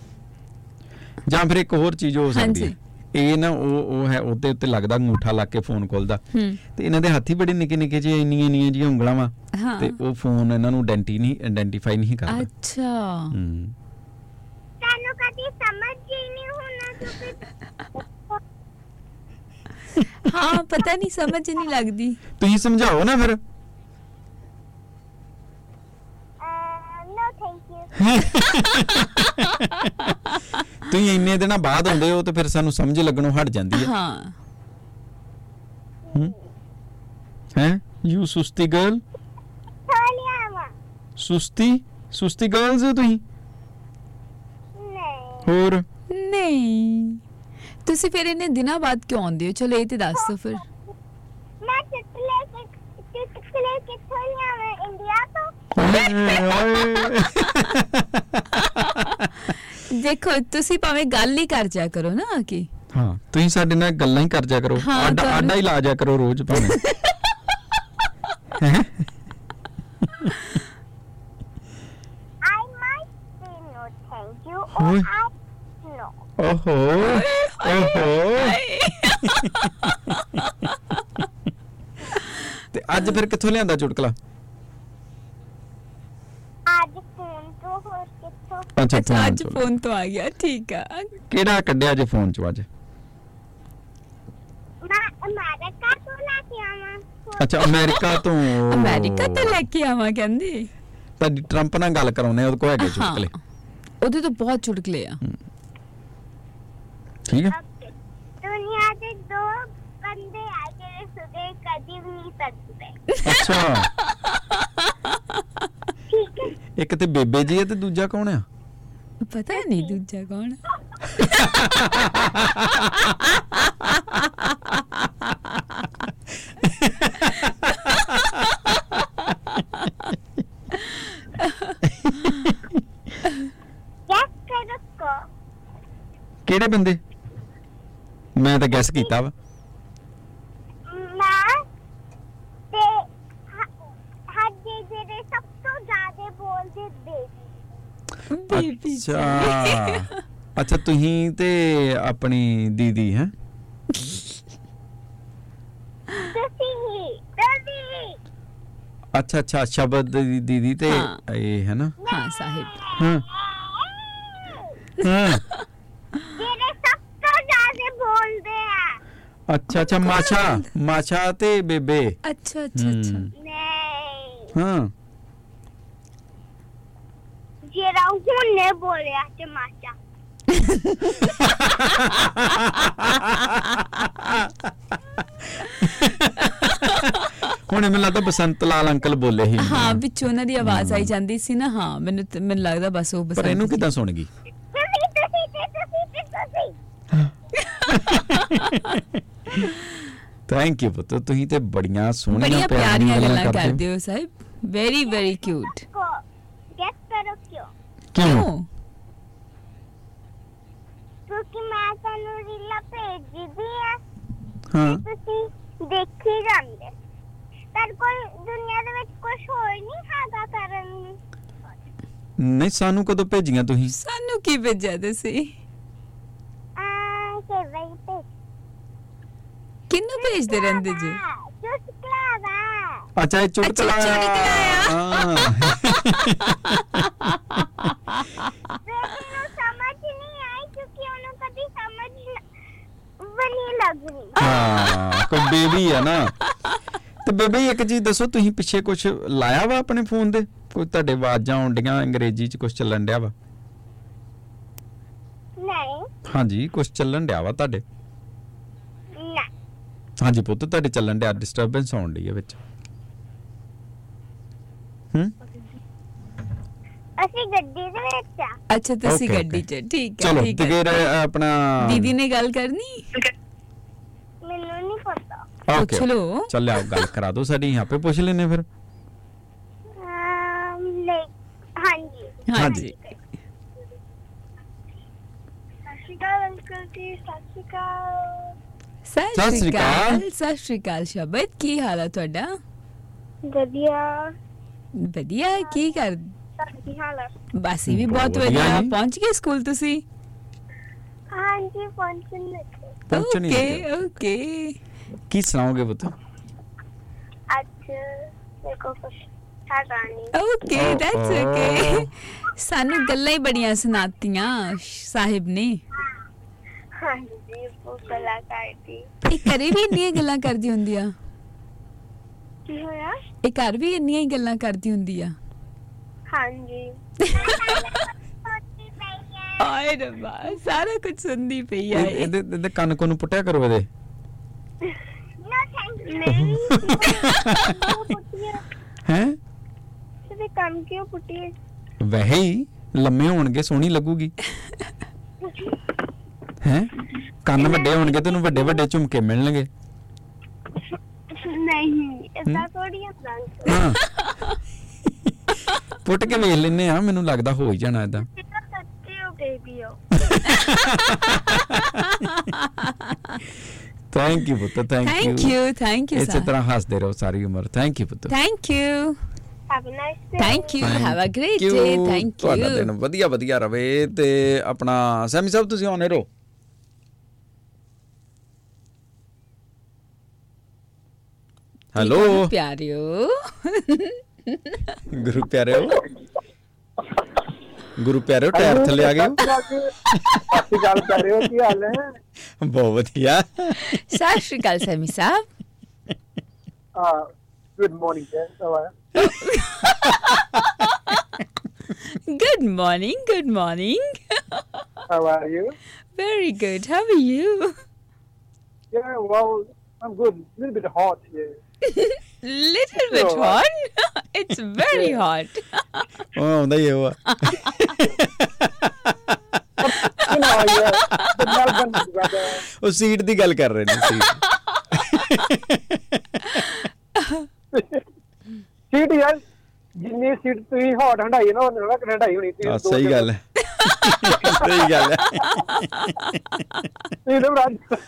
S1: ਜਾਂ ਫਿਰ ਇੱਕ ਹੋਰ ਚੀਜ਼ ਹੋ ਸਕਦੀ ਹੈ
S2: ਹਾਂਜੀ।
S1: ਇਹ ਨਾ ਉਹ ਉਹ ਹੈ ਉਹਦੇ ਉੱਤੇ ਲੱਗਦਾ ਅੰਗੂਠਾ ਲਾ ਕੇ ਫੋਨ ਖੋਲਦਾ
S2: ਹੂੰ
S1: ਤੇ ਇਹਨਾਂ ਦੇ ਹੱਥੀ ਬੜੇ ਨਿੱਕੇ ਨਿੱਕੇ ਜਿਹੇ ਇੰਨੀਆਂ ਇੰਨੀਆਂ ਜਿਹੀਆਂ ਉਂਗਲਾਂ ਵਾ
S2: ਹਾਂ
S1: ਤੇ ਉਹ ਫੋਨ ਇਹਨਾਂ ਨੂੰ ਆਇਡੈਂਟੀ ਨਹੀਂ ਆਇਡੈਂਟੀਫਾਈ ਨਹੀਂ ਕਰਦਾ
S2: ਅੱਛਾ
S1: ਹੂੰ
S3: ਸਾਨੂੰ ਕਦੀ ਸਮਝ ਹੀ ਨਹੀਂ ਹੋਣਾ ਕਿਉਂਕਿ
S2: ਹਾਂ ਪਤਾ ਨਹੀਂ ਸਮਝ ਨਹੀਂ ਲੱਗਦੀ
S1: ਤੁਸੀਂ ਸਮਝਾਓ ਨਾ ਫਿਰ
S3: ਨੋ ਥੈਂਕ ਯੂ
S1: ਤੁਸੀਂ ਇੰਨੇ ਦਿਨਾਂ ਬਾਅਦ ਆਉਂਦੇ ਹੋ ਤੇ ਫਿਰ ਸਾਨੂੰ ਸਮਝ ਲੱਗਣੋਂ ਹਟ ਜਾਂਦੀ ਹੈ
S2: ਹਾਂ
S1: ਹੈ ਯੂ ਸੁਸਤੀ ਗਰਲ
S3: ਥੋੜੀਆਂ ਵਾ
S1: ਸੁਸਤੀ ਸੁਸਤੀ ਗਰਲਸ ਹੋ ਤੁਸੀਂ
S3: ਨਹੀਂ
S1: ਹੋਰ
S2: ਨਹੀਂ ਤੁਸੀਂ ਫਿਰ ਇਹਨੇ ਦਿਨਾਂ ਬਾਅਦ ਕਿਉਂ ਆਉਂਦੇ ਹੋ ਚਲੋ ਇਹ ਤੇ ਦੱਸ ਦਿਓ ਫਿਰ
S3: ਮੈਂ ਚੁਟਕਲੇ ਕਿ ਚੁਟਕਲੇ ਕਿੱਥੋਂ ਲਿਆਵਾਂ ਇੰਡੀਆ ਤੋਂ
S2: ਦੇਖੋ ਤੁਸੀਂ ਭਾਵੇਂ ਗੱਲ ਹੀ ਕਰ ਜਾ ਕਰੋ ਨਾ ਕਿ
S1: ਹਾਂ ਤੁਸੀਂ ਸਾਡੇ ਨਾਲ ਗੱਲਾਂ ਹੀ ਕਰ ਜਾ ਕਰੋ
S2: ਹਾਂ,
S1: ਆਡਾ
S2: ਤੁਹਾਨੂੰ-
S1: ਆਡਾ ਹੀ ਲਾ ਜਾ ਕਰੋ ਰੋਜ਼ ਭਾਵੇਂ
S3: I might say no thank you
S1: Huh?
S3: ਔਰ ਆਈ ਨੋ
S1: ਓਹੋ ਓਹੋ ਤੇ ਅੱਜ ਫਿਰ ਕਿੱਥੋਂ ਲਿਆਂਦਾ ਚੁਟਕਲਾ
S3: ਅੱਜ ਫੋਨ ਤੋਂ ਹੋਰ ਕਿੱਥੋਂ
S1: ਅੱਛਾ
S2: ਅੱਛਾ
S1: phone
S2: ਅੱਜ
S1: ਚੋਂ।
S2: ਫੋਨ ਤੋਂ ਆ ਗਿਆ ਠੀਕ ਆ
S1: ਕਿਹੜਾ ਕੱਢਿਆ ਜੇ ਫੋਨ ਚੋਂ ਅੱਜ
S3: ਮੈਂ ਅਮਰੀਕਾ ਤੋਂ ਲੈ ਕੇ ਆਵਾਂ
S1: ਅੱਛਾ ਅਮਰੀਕਾ ਤੋਂ
S2: ਅਮਰੀਕਾ ਤੋਂ ਲੈ ਕੇ ਆਵਾਂ ਕਹਿੰਦੇ
S1: ਤੁਹਾਡੀ ਟਰੰਪ ਨਾਲ ਗੱਲ ਕਰਾਉਨੇ ਉਹਦੇ ਕੋਲ ਹੈਗੇ
S2: ਹਾਂ
S1: ਚੁਟਕਲੇ
S2: ਉਹਦੇ ਤੋਂ ਬਹੁਤ ਚੁਟਕਲੇ ਆ
S1: ਠੀਕ ਹੈ
S3: ਓਕੇ ਦੁਨੀਆ ਦੇ ਦੋ ਬੰਦੇ ਆ ਜਿਹੜੇ ਸੁਦੇ ਕਦੀ ਵੀ ਨਹੀਂ ਸਕਦੇ
S1: ਅੱਛਾ
S3: ਠੀਕ ਹੈ
S1: ਇੱਕ ਤੇ ਬੇਬੇ ਜੀ ਹੈ ਤੇ ਦੂਜਾ ਕੌਣ ਆ
S2: ਪਤਾ ਨਹੀਂ ਦੂਜਾ ਕੌਣ ਆ।
S3: ਗੈਸ ਕਰੋ ਕੋ
S1: ਕਿਹੜੇ ਬੰਦੇ ਗੈਸ ਕੀਤਾ ਵਾ
S3: ਮੈਂ ਤੇ ਸਾਡੇ ਜਿਹੜੇ ਸਭ ਤੋਂ ਜ਼ਿਆਦਾ ਬੋਲਦੇ ਬੇਬੀ
S2: ਬੇਬੀ
S1: ਅੱਛਾ ਅੱਛਾ ਤੁਸੀਂ ਤੇ ਆਪਣੀ ਦੀਦੀ ਹੈ
S3: ਤੁਸੀਂ ਹੀ ਬੇਬੀ
S1: ਅੱਛਾ ਅੱਛਾ ਸ਼ਬਦ ਦੀ ਦੀਦੀ ਤੇ
S2: ਹਾਂ।
S1: ਇਹ ਹੈ ਨਾ
S2: ਹਾਂ ਸਾਹਿਬ
S1: ਹਾਂ ਹਾਂ
S3: ਜਿਹੜੇ ਸਭ ਤੋਂ ਜ਼ਿਆਦਾ ਬੋਲਦੇ ਆ
S1: ਅੱਛਾ ਅੱਛਾ ਮਾਸ਼ਾ ਮਾਸ਼ਾ ਤੇ ਬੇਬੇ
S2: ਅੱਛਾ ਅੱਛਾ ਅੱਛਾ
S1: ਹਮ,
S3: ਨਹੀਂ
S1: ਹਾਂ
S3: ਜਿਹੜਾ ਹੁਣੇ ਬੋਲਿਆ ਤਮਾਸ਼ਾ
S1: ਹੁਣ ਮੈਨੂੰ ਲੱਗਦਾ ਬਸੰਤ ਲਾਲ ਅੰਕਲ ਬੋਲੇ ਹੀ ਨਹੀਂ।
S2: ਹਾਂ ਵਿੱਚ ਉਹਨਾਂ ਦੀ ਆਵਾਜ਼ ਆਈ ਜਾਂਦੀ ਸੀ ਨਾ ਹਾਂ ਮੈਨੂੰ ਤੇ- ਮੈਨੂੰ ਲੱਗਦਾ ਬਸ ਉਹ ਬਸ
S1: ਪਰ ਇਹਨੂੰ ਕਿਦਾਂ ਸੁਣ ਗਈ
S3: ਤੁਸੀਂ ਤੁਸੀਂ ਤੇ ਤੁਸੀਂ ਤੇ ਤੁਸੀਂ
S1: ਥੈਂਕ ਯੂ ਪੁੱਤ ਤੁਸੀਂ ਤੇ ਬੜੀਆਂ ਸੋਹਣੀਆਂ
S2: ਬੜੀਆਂ ਪਿਆਰੀਆਂ ਗੱਲਾਂ ਕਰਦੇ ਹੋ ਸਾਹਿਬ ਵੈਰੀ ਵੈਰੀ ਕਿਊਟ
S3: ਕੋ ਗੈਸ ਕਰੋ ਕਿਉਂ
S1: ਕਿਉਂ
S2: ਕਿਉਂ
S3: ਕਿਉਂਕਿ ਮੈਂ ਤੁਹਾਨੂੰ ਰੀਲਾ ਭੇਜਦੀ ਆ
S1: ਹਾਂ
S3: ਤੁਸੀਂ ਦੇਖੀ ਜਾਂਦੇ ਪਰ ਕੋਈ ਦੁਨੀਆ ਦੇ ਵਿੱਚ ਕੁਝ ਹੋਰ ਨਹੀਂ ਹੈਗਾ ਕਰਨ ਨੂੰ
S1: ਨਹੀਂ ਸਾਨੂੰ ਕਦੋਂ ਭੇਜੀਆਂ ਤੁਸੀਂ
S2: ਸਾਨੂੰ ਕੀ ਭੇਜਿਆ ਤੁਸੀਂ
S3: ਆ ਕਿ ਵਈ ਤੇ
S2: ਕਿੰਨੂੰ ਭੇਜਦੇ ਰਹਿੰਦੇ ਜੀ
S3: ਚੁਸਕਲਾ ਵਾ
S1: ਅੱਛਾ ਇਹ ਚੁਟਕਲਾ
S2: ਅੱਛਾ, ਚੁਟਕਲਾ
S1: ਹਾਂ
S3: ਬੇਟੀ ਨੂੰ ਸਮਝ ਨਹੀਂ ਆਈ ਕਿਉਂਕਿ ਉਹਨੂੰ ਕਦੀ ਸਮਝ ਨ- ਵੀ ਨਹੀਂ ਲੱਗ ਰਹੀ
S1: ਹਾਂ ਕੋਈ ਬੇਬੀ ਆ ਨਾ ਤੇ ਬੇਬੀ ਇੱਕ ਚੀਜ਼ ਦੱਸੋ ਤੁਸੀਂ ਪਿੱਛੇ ਕੁਝ ਲਾਇਆ ਵਾ ਆਪਣੇ ਫੋਨ ਦੇ ਕੋਈ ਤੁਹਾਡੇ ਆਵਾਜ਼ਾਂ ਆਉਂਦੀਆਂ ਅੰਗਰੇਜ਼ੀ ਚ ਕੁਝ ਚੱਲਣ ਡਿਆ ਵਾ
S3: ਨਹੀਂ
S1: ਹਾਂਜੀ ਕੁਝ ਚੱਲਣ ਡਿਆ ਵਾ ਤੁਹਾਡੇ
S3: ਨਾ
S1: ਹਾਂਜੀ ਪੁੱਤ ਤੁਹਾਡੇ ਚੱਲਣ ਡਿਆ ਡਿਸਟਰਬੈਂਸ ਆਉਣ ਡਈ ਆ ਵਿੱਚ ਹੂੰ
S3: ਅਸੀਂ ਗੱਡੀ ਦੇ ਵਿੱਚ ਆ
S2: ਅੱਛਾ ਤੁਸੀਂ
S1: Okay,
S2: ਗੱਡੀ
S1: okay.
S2: 'ਚ ਠੀਕ ਹੈ
S1: ਚਲੋ
S2: ਠੀਕ
S1: ਤੇ
S2: ਹੈ
S1: ਫਿਰ ਆਪਣਾ
S2: ਦੀਦੀ ਨੇ ਗੱਲ ਕਰਨੀ
S3: ਮੈਨੂੰ ਨਹੀਂ ਪਤਾ
S1: Okay,
S2: ਪੁੱਛ ਲਓ।
S1: ਚੱਲ ਆਓ ਗੱਲ ਕਰਾ ਦਿਓ ਸਾਡੀ ਆਪੇ ਪੁੱਛ ਲੈਨੇ ਫਿਰ
S3: ਅਮ, ਨਹੀਂ ਹਾਂਜੀ
S1: ਹਾਂਜੀ।
S2: ਹਾਂਜੀ
S3: ਸਤਿ ਸ਼੍ਰੀ ਅਕਾਲ ਅੰਕਲ ਜੀ ਸਤਿ ਸ਼੍ਰੀ ਅਕਾਲ
S2: ਸਤਿ
S1: ਸਤਿ ਸ਼੍ਰੀ
S2: ਸ਼੍ਰੀ
S1: ਅਕਾਲ।
S2: ਅਕਾਲ ਸਤਿ ਸ਼੍ਰੀ ਅਕਾਲ ਸ਼ਬਦ ਕੀ ਹਾਲ ਆ ਤੁਹਾਡਾ
S3: ਵਧੀਆ
S2: ਵਧੀਆ ਕੀ ਕਰ
S3: ਕੀ ਹਾਲ ਹੈ
S2: ਬਸ ਇਹ ਵੀ
S1: ਬਹੁਤ
S2: ਬਹੁਤ
S1: ਵਧੀਆ
S2: ਵਧੀਆ
S1: ਜੀ।
S2: ਪਹੁੰਚ ਗਏ ਸਕੂਲ ਤੁਸੀਂ
S3: ਹਾਂਜੀ ਫੰਕਸ਼ਨ ਵਿੱਚ
S1: ਪਹੁੰਚਣ ਹੀ
S2: ਓਕੇ ਓਕੇ
S1: ਕੀ ਸੁਣਾਓਗੇ ਪੁੱਤ
S3: ਅੱਜ ਮੇਰੇ ਕੋਲ ਕੁਝ ਹੈਗਾ ਨਹੀਂ
S2: okay
S1: Oh,
S2: that's
S1: oh.
S2: Okay ਸਾਨੂੰ ਗੱਲਾਂ ਹੀ ਬੜੀਆਂ ਸੁਣਾਤੀਆਂ ਸ਼- ਸਾਹਿਬ ਨੇ
S3: ਹਾਂਜੀ ਉਹ ਕਲਾਕਾਰ ਦੀ
S2: ਇਹ ਘਰੇ ਵੀ ਇੰਨੀਆਂ ਹੀ ਗੱਲਾਂ ਕਰਦੀ ਹੁੰਦੀ ਆ
S3: ਕੀ ਹੋਇਆ
S2: ਇਹ ਘਰ ਵੀ ਇੰਨੀਆਂ ਹੀ ਗੱਲਾਂ ਕਰਦੀ ਹੁੰਦੀ ਆ
S3: ਹਾਂਜੀ
S2: ਆਏ ਰੱਬਾ ਸਾਰਾ ਕੁਝ ਸੁਣਦੀ ਪਈ ਆ
S1: ਇਹ-
S2: ਇਹ।
S1: ਇਹਦੇ ਇਹਦੇ ਕੰਨ ਕੋ ਨੂੰ ਪੁੱਟਿਆ ਕਰੋ ਇਹਦੇ
S3: ਨੋ ਥੈਂਕ ਯੂ ਨਹੀਂ ਪੁੱਟੀਏ
S1: ਹੈ
S3: ਤੇ ਕੰਮ ਕਿਉਂ ਪੁੱਟੀਏ
S1: ਵੈਸੇ ਹੀ ਲੰਮੇ ਹੋਣਗੇ ਸੋਹਣੀ ਲੱਗੂਗੀ ਹੈ ਕੰਨ ਵੱਡੇ ਹੋਣਗੇ ਤੈਨੂੰ ਵੱਡੇ ਵੱਡੇ ਝੁਮਕੇ ਮਿਲਣਗੇ
S3: ਨਹੀਂ ਇਦਾਂ ਥੋੜੀ ਹੁੰਦਾ ਅੰਕਲ।
S1: ਹਾਂ ਪੁੱਟ ਕੇ ਵੇਖ ਲੈਨੇ ਆ ਮੈਨੂੰ ਲੱਗਦਾ ਹੋ ਹੀ ਜਾਣਾ ਇਦਾਂ
S3: ਤੁਸੀਂ ਤਾਂ ਸੱਚੇ ਹੋ ਬੇਬੀ ਹੋ
S1: ਥੈਂਕ ਯੂ ਪੁੱਤ
S2: thank
S1: thank you
S2: you thank you
S1: ਇਸੇ
S2: ਸਰ
S1: ਤਰ੍ਹਾਂ ਹੱਸਦੇ ਰਹੋ ਸਾਰੀ ਉਮਰ ਥੈਂਕ ਯੂ ਪੁੱਤ
S2: thank you
S3: have nice day
S2: thank you have a great day thank
S1: ਤੁਹਾਡਾ ਦਿਨ
S2: ਯੂ
S1: ਵਧੀਆ ਵਧੀਆ ਰਵੇ ਤੇ ਆਪਣਾ ਸੈਮੀ ਸਾਹਿਬ ਤੁਸੀਂ ਆਨ ਰਹੋ ਹੈਲੋ
S2: ਪਿਆਰਿਓ
S1: ਗੁਰੂ ਪਿਆਰਿਓ ਗੁਰੂ ਪਿਆਰਿਓ ਟਾਇਰ ਥੱਲੇ ਆ ਗਏ ਹੋ?
S5: ਅਸੀਂ ਗੱਲ ਕਰ ਰਹੇ ਹੋ ਕੀ ਹਾਲ ਹੈ
S1: ਬਹੁਤ ਵਧੀਆ
S2: ਸਤਿ ਸ਼੍ਰੀ ਅਕਾਲ ਸਮੀ ਸਾਹਿਬ
S5: ਆ good morning sir
S2: good morning good morning
S5: how are you
S2: very good how are you
S5: yeah well I'm good little bit hot here
S2: little bit
S5: Sure.
S2: hot. it's very hot.
S1: ਉਹ ਆਉਂਦਾ ਹੀ ਉਹ
S5: you know yeah the Melbourne weather
S1: ਉਹ seat ਦੀ ਗੱਲ ਕਰ ਰਹੇ ਨੇ ਸੀਟ
S5: ਸੀਟ ਯਾਰ ਜਿੰਨੀ ਸੀਟ ਤੁਸੀਂ ਹੌਟ ਹੰਡਾਈ ਨਾ ਉਹਨਾਂ ਨਾਲ ਕੈਨੇਡਾ ਹੋਣੀ ਸੀ
S1: ਆ ਸਹੀ ਗੱਲ ਹੈ ਸਹੀ ਗੱਲ ਹੈ
S5: ਤੁਸੀਂ ਤਾਂ ਰਾਜ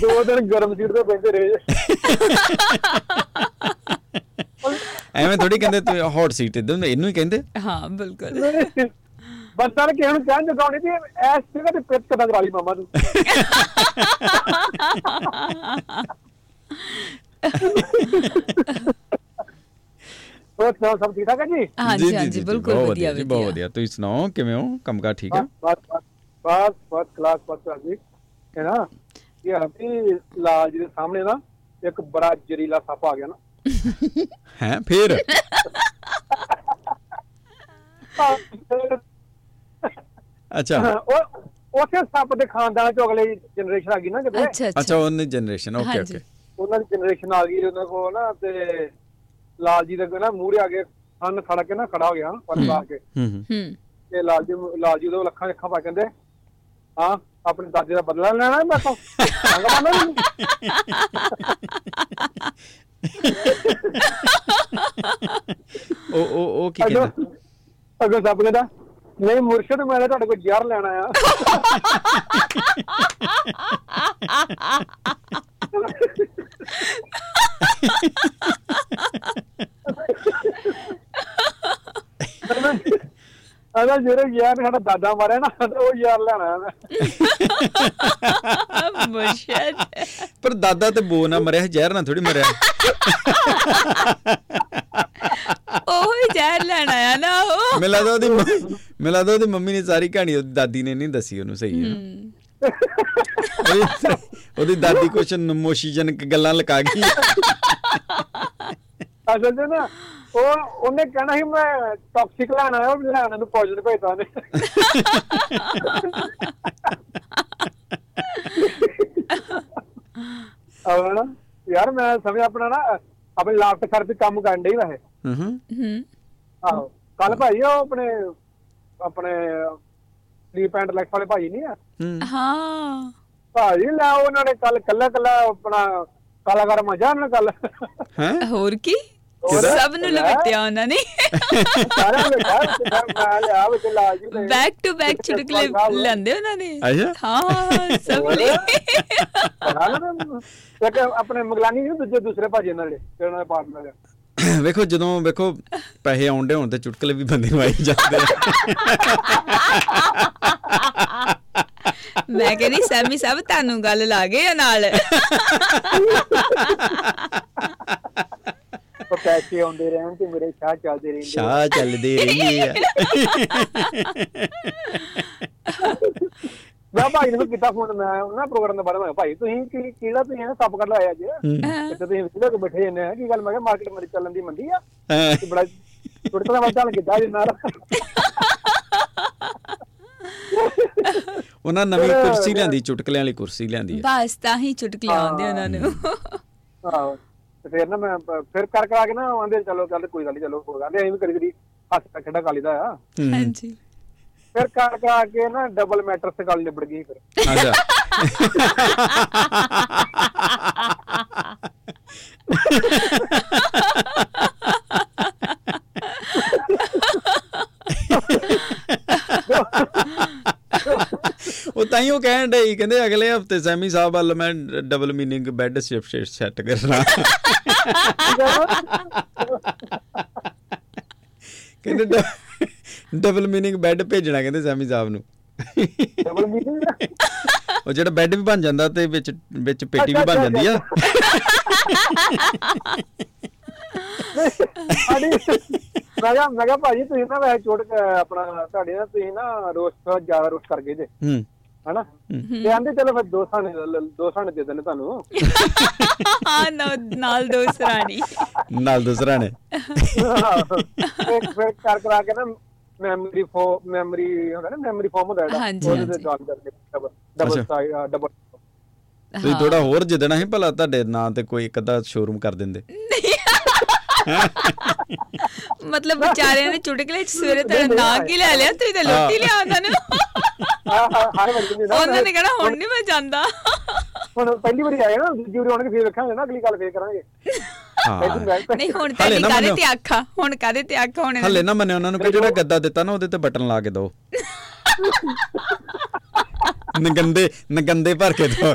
S5: ਦੋ ਦਿਨ ਗਰਮ ਸੀਟ ਤੇ ਬੈਠੇ ਰਹੇ ਜੇ।
S1: ਐਵੇਂ ਥੋੜੀ ਕਹਿੰਦੇ ਤੂੰ ਹੌਟ ਸੀਟ ਤੇ ਇਹਨੂੰ ਹੀ ਕਹਿੰਦੇ
S2: ਹਾਂ ਬਿਲਕੁਲ
S5: ਬੰਦਾ ਨੇ ਕਿਸੇ ਨੂੰ ਕਹਿਣ ਜਗਾਉਣੀ ਤੇ ਐਸ ਜਗ੍ਹਾ ਤੇ ਪਿੱਤ ਕਦਾਂ ਕਰਾ ਲਈ ਮਾਮਾ ਤੂੰ ਹੋਰ ਸੁਣਾਓ ਸਭ ਠੀਕ ਠਾਕ ਹੈ ਜੀ
S2: ਹਾਂਜੀ ਹਾਂਜੀ ਬਿਲਕੁਲ
S1: ਬਹੁਤ
S2: ਵਧੀਆ
S1: ਜੀ ਬਹੁਤ ਵਧੀਆ ਤੁਸੀਂ ਸੁਣਾਓ ਕਿਵੇਂ ਹੋ ਕੰਮਕਾਰ ਠੀਕ ਆ
S5: ਬਸ ਬਸ ਬਸ ਬਸ ਬਸ ਕਲਾਸ ਬਸ ਆ ਜੀ ਹੈ ਨਾ ਇਹ ਆਪੀ ਲਾਲ ਜੀ ਦੇ ਸਾਹਮਣੇ ਨਾ ਇੱਕ ਬੜਾ ਜ਼ਰੀਲਾ ਸੱਪ ਆ ਗਿਆ ਨਾ
S1: ਹੈ ਫੇਰ ਅੱਛਾ
S5: ਉਹ ਉਸੇ ਸੱਪ ਦੇ ਖਾਨਦਾਨ ਚੋਂ ਅਗਲੇ ਜਨਰੇਸ਼ਨ ਆ ਗਈ ਨਾ ਕਿਤੇ
S2: ਅੱਛਾ
S1: ਅੱਛਾ
S2: ਅੱਛਾ
S1: ਉਹਨੇ ਜਨਰੇਸ਼ਨ ਓਕੇ
S2: ਹਾਂਜੀ।
S1: ਓਕੇ
S5: ਉਹਨਾਂ ਦੀ ਜਨਰੇਸ਼ਨ ਆ ਗਈ ਉਹਨਾਂ ਕੋਲ ਨਾ ਤੇ ਲਾਲ ਜੀ ਦੇ ਕੋਲ ਨਾ ਮੂਹਰੇ ਆ ਕੇ ਸੰਨ ਖੜ ਕੇ ਨਾ ਖੜਾ ਹੋ ਗਿਆ ਪਰ ਲਾ ਕੇ
S1: ਹੂੰ ਹੂੰ
S2: ਹੂੰ
S5: ਤੇ ਲਾਲ ਜੀ ਲਾਲ ਜੀ ਉਹਦੇ ਵੱਲ ਅੱਖਾਂ ਅੱਖਾਂ ਪਾ ਕੇ ਕਹਿੰਦੇ ਹਾਂ ਆਪਣੇ ਦਾਦੇ ਦਾ ਬਦਲਾ ਲੈਣਾ ਹੈ ਮੈਂ ਤੋਂ ਮੰਗਦਾ ਨਹੀਂ
S1: ਉਹ ਉਹ ਉਹ ਕੀ ਕਹਿੰਦਾ
S5: ਅੱਗੋਂ ਸੱਪ ਕਹਿੰਦਾ ਨਹੀਂ ਮੁਰਸ਼ਦ ਮੈਂ ਤਾਂ ਤੁਹਾਡੇ ਕੋਲ ਜ਼ਹਿਰ ਲੈਣਾ ਆ ਅਦਾ ਜਿਹੜੇ ਯਾਰ ਸਾਡਾ ਦਾਦਾ ਮਾਰਿਆ ਨਾ ਕਹਿੰਦਾ ਉਹ ਯਾਰ ਲੈਣਾ ਆ
S2: ਮੁਰਸ਼ਦ
S1: ਪਰ ਦਾਦਾ ਤੇ ਬੋ ਨਾ ਮਰਿਆ ਸੀ, ਜ਼ਹਿਰ ਨਾਲ ਥੋੜੀ ਮਰਿਆ
S2: ਉਹ ਹੀ ਜ਼ਹਿਰ ਲੈਣ ਆਇਆ ਨਾ ਉਹ
S1: ਮੈਨੂੰ ਲੱਗਦਾ ਉਹਦੀ ਮੰਮ- ਮੈਨੂੰ ਲੱਗਦਾ ਉਹਦੀ ਮੰਮੀ ਨੇ ਸਾਰੀ ਕਹਾਣੀ ਉਹਦੀ ਦਾਦੀ ਨੇ ਨਹੀਂ ਦੱਸੀ ਉਹਨੂੰ ਸਹੀ ਹੈ ਨਾ। ਉਹਦੀ- ਉਹਦੀ ਦਾਦੀ ਕੁਛ ਨਮੋਸ਼ੀਜਨਕ ਗੱਲਾਂ ਲਗਾ ਗਈ
S5: ਅਸਲ ਤੇ ਨਾ ਉਹ ਉਹਨੇ ਕਹਿਣਾ ਸੀ ਮੈਂ ਟੌਕਸਿਕ ਲੈਣਾ ਆ ਉਹ ਲੈਣਾ ਨੂੰ ਪੋਜਨ ਭੇਜਦਾ ਨੇ ਆਉਣਾ ਯਾਰ ਮੈਂ ਸਮਝ ਆਪਣਾ ਨਾ ਆਪਣੇ ਲਾਫਟ ਸਰਵਿਸ ਕੰਮ ਕਰਨ ਡਈ ਵੈਸੇ
S1: ਹੂੰ ਹੂੰ
S2: ਹੂੰ
S5: ਆਹੋ ਕੱਲ ਭਾਈ ਉਹ ਆਪਣੇ ਆਪਣੇ ਲੀਪ ਐਂਡ ਲੈਕਸ ਵਾਲੇ ਭਾਈ ਨਹੀਂ ਆ
S1: ਹੂੰ
S2: ਹਾਂ
S5: ਭਾਜੀ ਲੈ ਉਹਨਾਂ ਨੇ ਕੱਲ ਕੱਲਾ ਕੱਲਾ ਆਪਣਾ ਕਲਾਕਾਰ ਮਜਾ ਉਹਨਾਂ ਕੱਲ
S1: ਹੈ
S2: ਹੋਰ ਕੀ
S5: ਕਿਹਦਾ?
S2: ਸਭ ਨੂੰ ਲਪਟਿਆ ਉਹਨਾਂ ਨੇ
S5: ਸਾਰਿਆਂ ਨੂੰ ਲਿਖਿਆ ਮੈਂ ਲਿਆ ਵਿੱਚ ਲਾਲ ਜੀ ਨੇ।
S2: ਬੈਕ ਟੂ ਬੈਕ ਛਿੜਕਲੇ ਲੈਂਦੇ ਉਹਨਾਂ ਨੇ
S1: ਅੱਛਾ।
S2: ਹਾਂ ਸਭ ਲਈ
S5: ਪਤਾ ਨਾ ਤੈਨੂੰ? ਇੱਕ ਆਪਣੇ ਮਗਲਾਨੀ ਨਹੀਂ ਦੂਜੇ ਦੂਸਰੇ ਭਾਜੀ ਨਾਲ ਜਿਹੜਾ ਉਹਨਾਂ ਦਾ ਪਾਰਟਨਰ
S1: ਵੇਖੋ ਜਦੋਂ ਵੇਖੋ ਪੈਸੇ ਆਉਂਦੇ ਹੋਣ ਤੇ ਚੁਟਕਲੇ ਵੀ ਬੰਦੇ ਨੂੰ ਆਈ ਜਾਂਦੇ ਆ।
S2: ਮੈਂ ਕਹਿੰਦੀ ਸੈਮੀ ਸਾਹਿਬ ਤੁਹਾਨੂੰ ਗੱਲ ਲਾ ਗਏ ਆ ਨਾਲ
S5: ਉਹ ਪੈਸੇ ਆਉਂਦੇ ਰਹਿਣ ਤੇ ਮੇਰੇ ਸ਼ਾਹ ਚੱਲਦੇ ਰਹਿੰਦੇ
S1: ਸ਼ਾਹ ਚੱਲਦੇ ਰਹਿੰਦੇ ਆ
S5: ਮੈਂ ਭਾਈ ਨੂੰ ਕੀਤਾ ਫੋਨ ਮੈਂ ਉਹਨਾਂ ਪ੍ਰੋਗਰਾਮ ਦਾ ਬਾਰੇ ਮੈਂ ਕਿਹਾ, ਭਾਈ ਤੁਸੀਂ ਕੀ ਕਿਹੜਾ ਤੁਸੀਂ ਇਹ ਸੱਪ ਕੱਢ ਲਾਇਆ ਅੱਜ ਕਿਤੇ ਤੁਸੀਂ ਵਿਚਲੇ ਕੋ ਬੈਠੇ ਜੰਨੇ ਆ ਕੀ ਗੱਲ ਮੈਂ ਕਿਹਾ ਮਾਰਕੀਟ ਮੇਰੀ ਚੱਲਣ ਦੀ ਮੰਦੀ ਆ
S1: ਹਾਂ।
S5: ਤੇ ਬੜਾ ਛੁੱਟਕਣਾ ਵਾਚਾ ਕਿੱਦਾਂ ਜਿੰਨਾ
S1: ਉਹਨਾਂ ਨਵੀਂ ਕੁਰਸੀ ਲਿਆਂਦੀ ਚੁਟਕਲਿਆਂ ਵਾਲੀ ਕੁਰਸੀ ਲਿਆਂਦੀ ਆ
S2: ਬਸ ਤਾਂ ਹੀ ਚੁਟਕਲੇ ਆਉਂਦੇ ਉਹਨਾਂ ਨੂੰ
S5: ਆਹੋ ਤੇ ਫਿਰ ਨਾ ਮੈਂ ਪ- ਫਿਰ ਕਰ ਕਰਾ ਕੇ ਨਾ ਆਂਦੇ ਚਲੋ ਚੱਲ ਕੋਈ ਗੱਲ ਨੀ ਚਲੋ ਕੋਈ ਗੱਲ ਨੀ ਐਵੇਂ ਕਰੀ ਕਰੀ ਹੱਸ ਖੇਡਾ ਕਾਲੀ ਦਾ ਆ
S1: ਹੂੰ
S2: ਹਾਂਜੀ
S5: ਫਿਰ ਕਰ ਕਰਾ ਕੇ ਨਾ ਡਬਲ ਮੈਟਰ ਤੇ ਗੱਲ ਨਿਬੜ ਗਈ ਫਿਰ
S1: ਅੱਛਾ ਉਹ ਤਾਂ ਹੀ ਉਹ ਕਹਿਣ ਡਈ ਕਹਿੰਦੇ ਅਗਲੇ ਹਫਤੇ ਸੈਮੀ ਸਾਹਿਬ ਵੱਲ ਮੈਂ double meaning bed shift set ਕਰਨਾ ਕਹਿੰਦੇ ਡਬਲ ਮੀਨਿੰਗ ਬੈੱਡ ਭੇਜਣਾ ਕਹਿੰਦੇ ਸੈਮੀ ਸਾਹਿਬ ਨੂੰ
S5: ਡਬਲ ਮੀਟਿੰਗ
S1: ਉਹ ਜਿਹੜਾ ਬੈੱਡ ਵੀ ਬਣ ਜਾਂਦਾ ਤੇ ਵਿੱਚ ਵਿੱਚ ਪੇਟੀ ਵੀ ਬਣ ਜਾਂਦੀ ਆ
S5: ਸਾਡੀ ਮੈਂ ਕਿਹਾ ਮੈਂ ਕਿਹਾ ਭਾਜੀ ਤੁਸੀਂ ਨਾ ਵੈਸੇ ਛੋਟ ਆਪਣਾ ਤੁਹਾਡੇ ਨਾਲ ਤੁਸੀਂ ਨਾ ਰੋਸਟ ਜ਼ਿਆਦਾ ਰੋਸਟ ਕਰ ਗਏ ਜੇ
S1: ਹੂੰ
S5: ਹਨਾ ਤੇ ਆਂਦੇ ਚਲੋ ਫਿਰ ਦੋ ਸਾਣੇ ਦੋ ਸਾਣੇ ਦੇ ਦਿੰਦੇ ਤੁਹਾਨੂੰ
S2: ਹਾਂ ਨਾ- ਨਾਲ ਦੋ ਸਰਾਣੀ
S1: ਨਾਲ ਦੂਸਰਾ ਨੇ
S5: ਫਿਰ ਫਿਰ ਕਰ ਕਰਾ ਕੇ ਨਾ ਮੈਮਰੀ ਫੋ ਮੈਮਰੀ ਹੁੰਦਾ ਨਾ ਮੈਮਰੀ ਫੋਮ ਹੁੰਦਾ ਜਿਹੜਾ
S2: ਹਾਂਜੀ,
S5: ਉਹਦੇ
S2: ਹਾਂਜੀ।
S5: ਤੇ ਗੱਲ ਕਰਕੇ ਡਬਲ ਡਬਲ
S1: ਅੱਛਾ।
S5: ਸਾਈਡ ਡਬਲ
S1: ਤੁਸੀਂ ਥੋੜਾ ਹੋਰ ਜਿੱਦਣਾ ਸੀ ਭਲਾ ਤੁਹਾਡੇ ਨਾਂ ਤੇ ਕੋਈ ਇੱਕ ਅੱਧਾ ਸ਼ੋਰੂਮ ਕਰ ਦਿੰਦੇ
S2: ਮਤਲਬ ਵਿਚਾਰਿਆਂ ਨੇ ਚੁਟਕਲੇ ਚ ਸਵੇਰੇ ਤੇਰਾ ਨਾਂ ਕੀ ਲੈ ਲਿਆ ਤੁਸੀਂ ਤਾਂ ਲੋਟੀ ਲਿਆ ਉਹਨਾਂ ਨੂੰ
S5: ਹਾਂ ਹਾਂ ਹਾਂ ਬੰਦੇ ਨਾ
S2: ਉਹਨਾਂ ਨੇ ਕਹਿਣਾ ਹੁਣ ਨਹੀਂ ਮੈਂ ਜਾਂਦਾ
S5: ਹੁਣ ਪਹਿਲੀ ਵਾਰੀ ਆਏ ਨਾ ਦੂਜੀ ਵਾਰੀ ਆਉਣਗੇ ਫੇਰ ਰੱਖਾਂਗੇ ਨਾ ਅਗਲੀ ਗੱਲ ਫੇਰ ਕਰਾਂਗੇ ਪਹਿਲੀ
S1: ਹਾਂ
S5: ਗੱਲ ਤਾਂ-
S2: ਨਹੀਂ ਹੁਣ
S1: ਹਲੇ
S2: ਤਾਂ
S1: ਨਾ
S2: ਕਾਦੇ
S1: ਮੰਨਿਓ।
S2: ਤੇ ਆਖਾ ਹੁਣ ਕਾਦੇ ਤੇ ਆਖਾ ਹੁਣ
S1: ਹਲੇ ਨਾ ਮੰਨੇ ਉਹਨਾਂ ਨੂੰ ਕਿ ਜਿਹੜਾ ਗੱਦਾ ਦਿੱਤਾ ਨਾ ਉਹਦੇ ਤੇ ਬਟਨ ਲਾ ਕੇ ਦਿਓ ਨਗੰਦੇ ਨਗੰਦੇ ਭਰ ਕੇ ਦੋ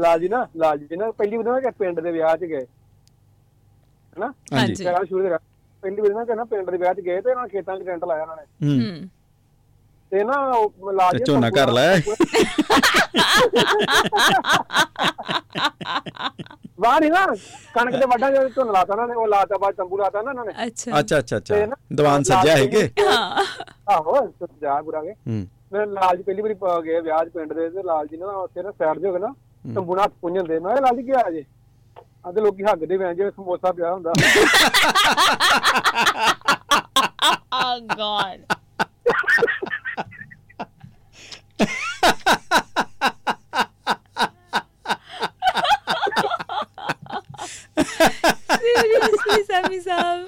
S5: ਲਾਲ ਜੀ ਨਾ ਲਾਲ ਜੀ ਨਾ ਪਹਿਲੀ ਵਾਰ ਨਾ ਕਿ ਪਿੰਡ ਦੇ ਵਿਆਹ 'ਚ ਗਏ ਹੈਨਾ
S1: ਹਾਂਜੀ।
S5: ਗੱਲ ਸ਼ੁਰੂ ਕਰਾਂ ਪਹਿਲੀ ਵਾਰ ਨਾ ਕਿ ਨਾ ਪਿੰਡ ਦੇ ਵਿਆਹ 'ਚ ਗਏ ਤੇ ਉਹਨਾਂ ਖੇਤਾਂ 'ਚ ਟੈਂਟ ਲਾਇਆ ਉਹਨਾਂ ਨੇ
S1: ਹੂੰ
S2: ਹੂੰ
S5: ਤੇ ਨਾ ਉਹ ਲਾਲ ਜੀ
S1: ਤੇ ਝੋਨਾ ਘਰ ਲਾਇਆ?
S5: ਵਾਹ ਨਹੀਂ ਨਾ ਕਣਕ ਦੇ ਵੱਢਾਂ ਜਦੋਂ ਝੋਨਾ ਲਾਤਾ ਉਹਨਾਂ ਨੇ ਉਹ ਲਾਤਾ ਬਾਅਦ ਤੰਬੂ ਲਾਤਾ ਨਾ ਉਹਨਾਂ ਨੇ
S2: ਅੱਛਾ
S1: ਅੱਛਾ ਅੱਛਾ ਅੱਛਾ
S5: ਤੇ ਨਾ-
S1: ਦੀਵਾਨ ਸੱਜਿਆ ਹੈਗੇ
S2: ਹਾਂ
S5: ਆਹੋ ਜਾ ਬੁਰਾ ਗਏ
S1: ਹੂੰ
S5: ਮੈਂ ਲਾਲ ਜੀ ਪਹਿਲੀ ਵਾਰੀ ਪ- ਗਏ ਵਿਆਹ 'ਚ ਪਿੰਡ ਦੇ ਤੇ ਲਾਲ ਜੀ ਨਾ ਉੱਥੇ ਨਾ ਸਾਈਡ ਹੋ ਕੇ ਨਾ ਤੰਬੂ ਨਾਲ ਪੁੰਝਣ ਦੇ ਮੈਂ ਕਿਹਾ ਲਾਲ ਜੀ ਕੀ ਆ ਜੇ ਆਂਦੇ ਲੋਕੀ ਹੱਗ ਦੇ ਵੇਂ ਜਿਵੇਂ ਸਮੋਸਾ ਪਿਆ ਹੁੰਦਾ
S2: ਆ ਗॉड ਸੀਰੀਅਸਲੀ ਸਾਮੀ ਸਾਹਿਬ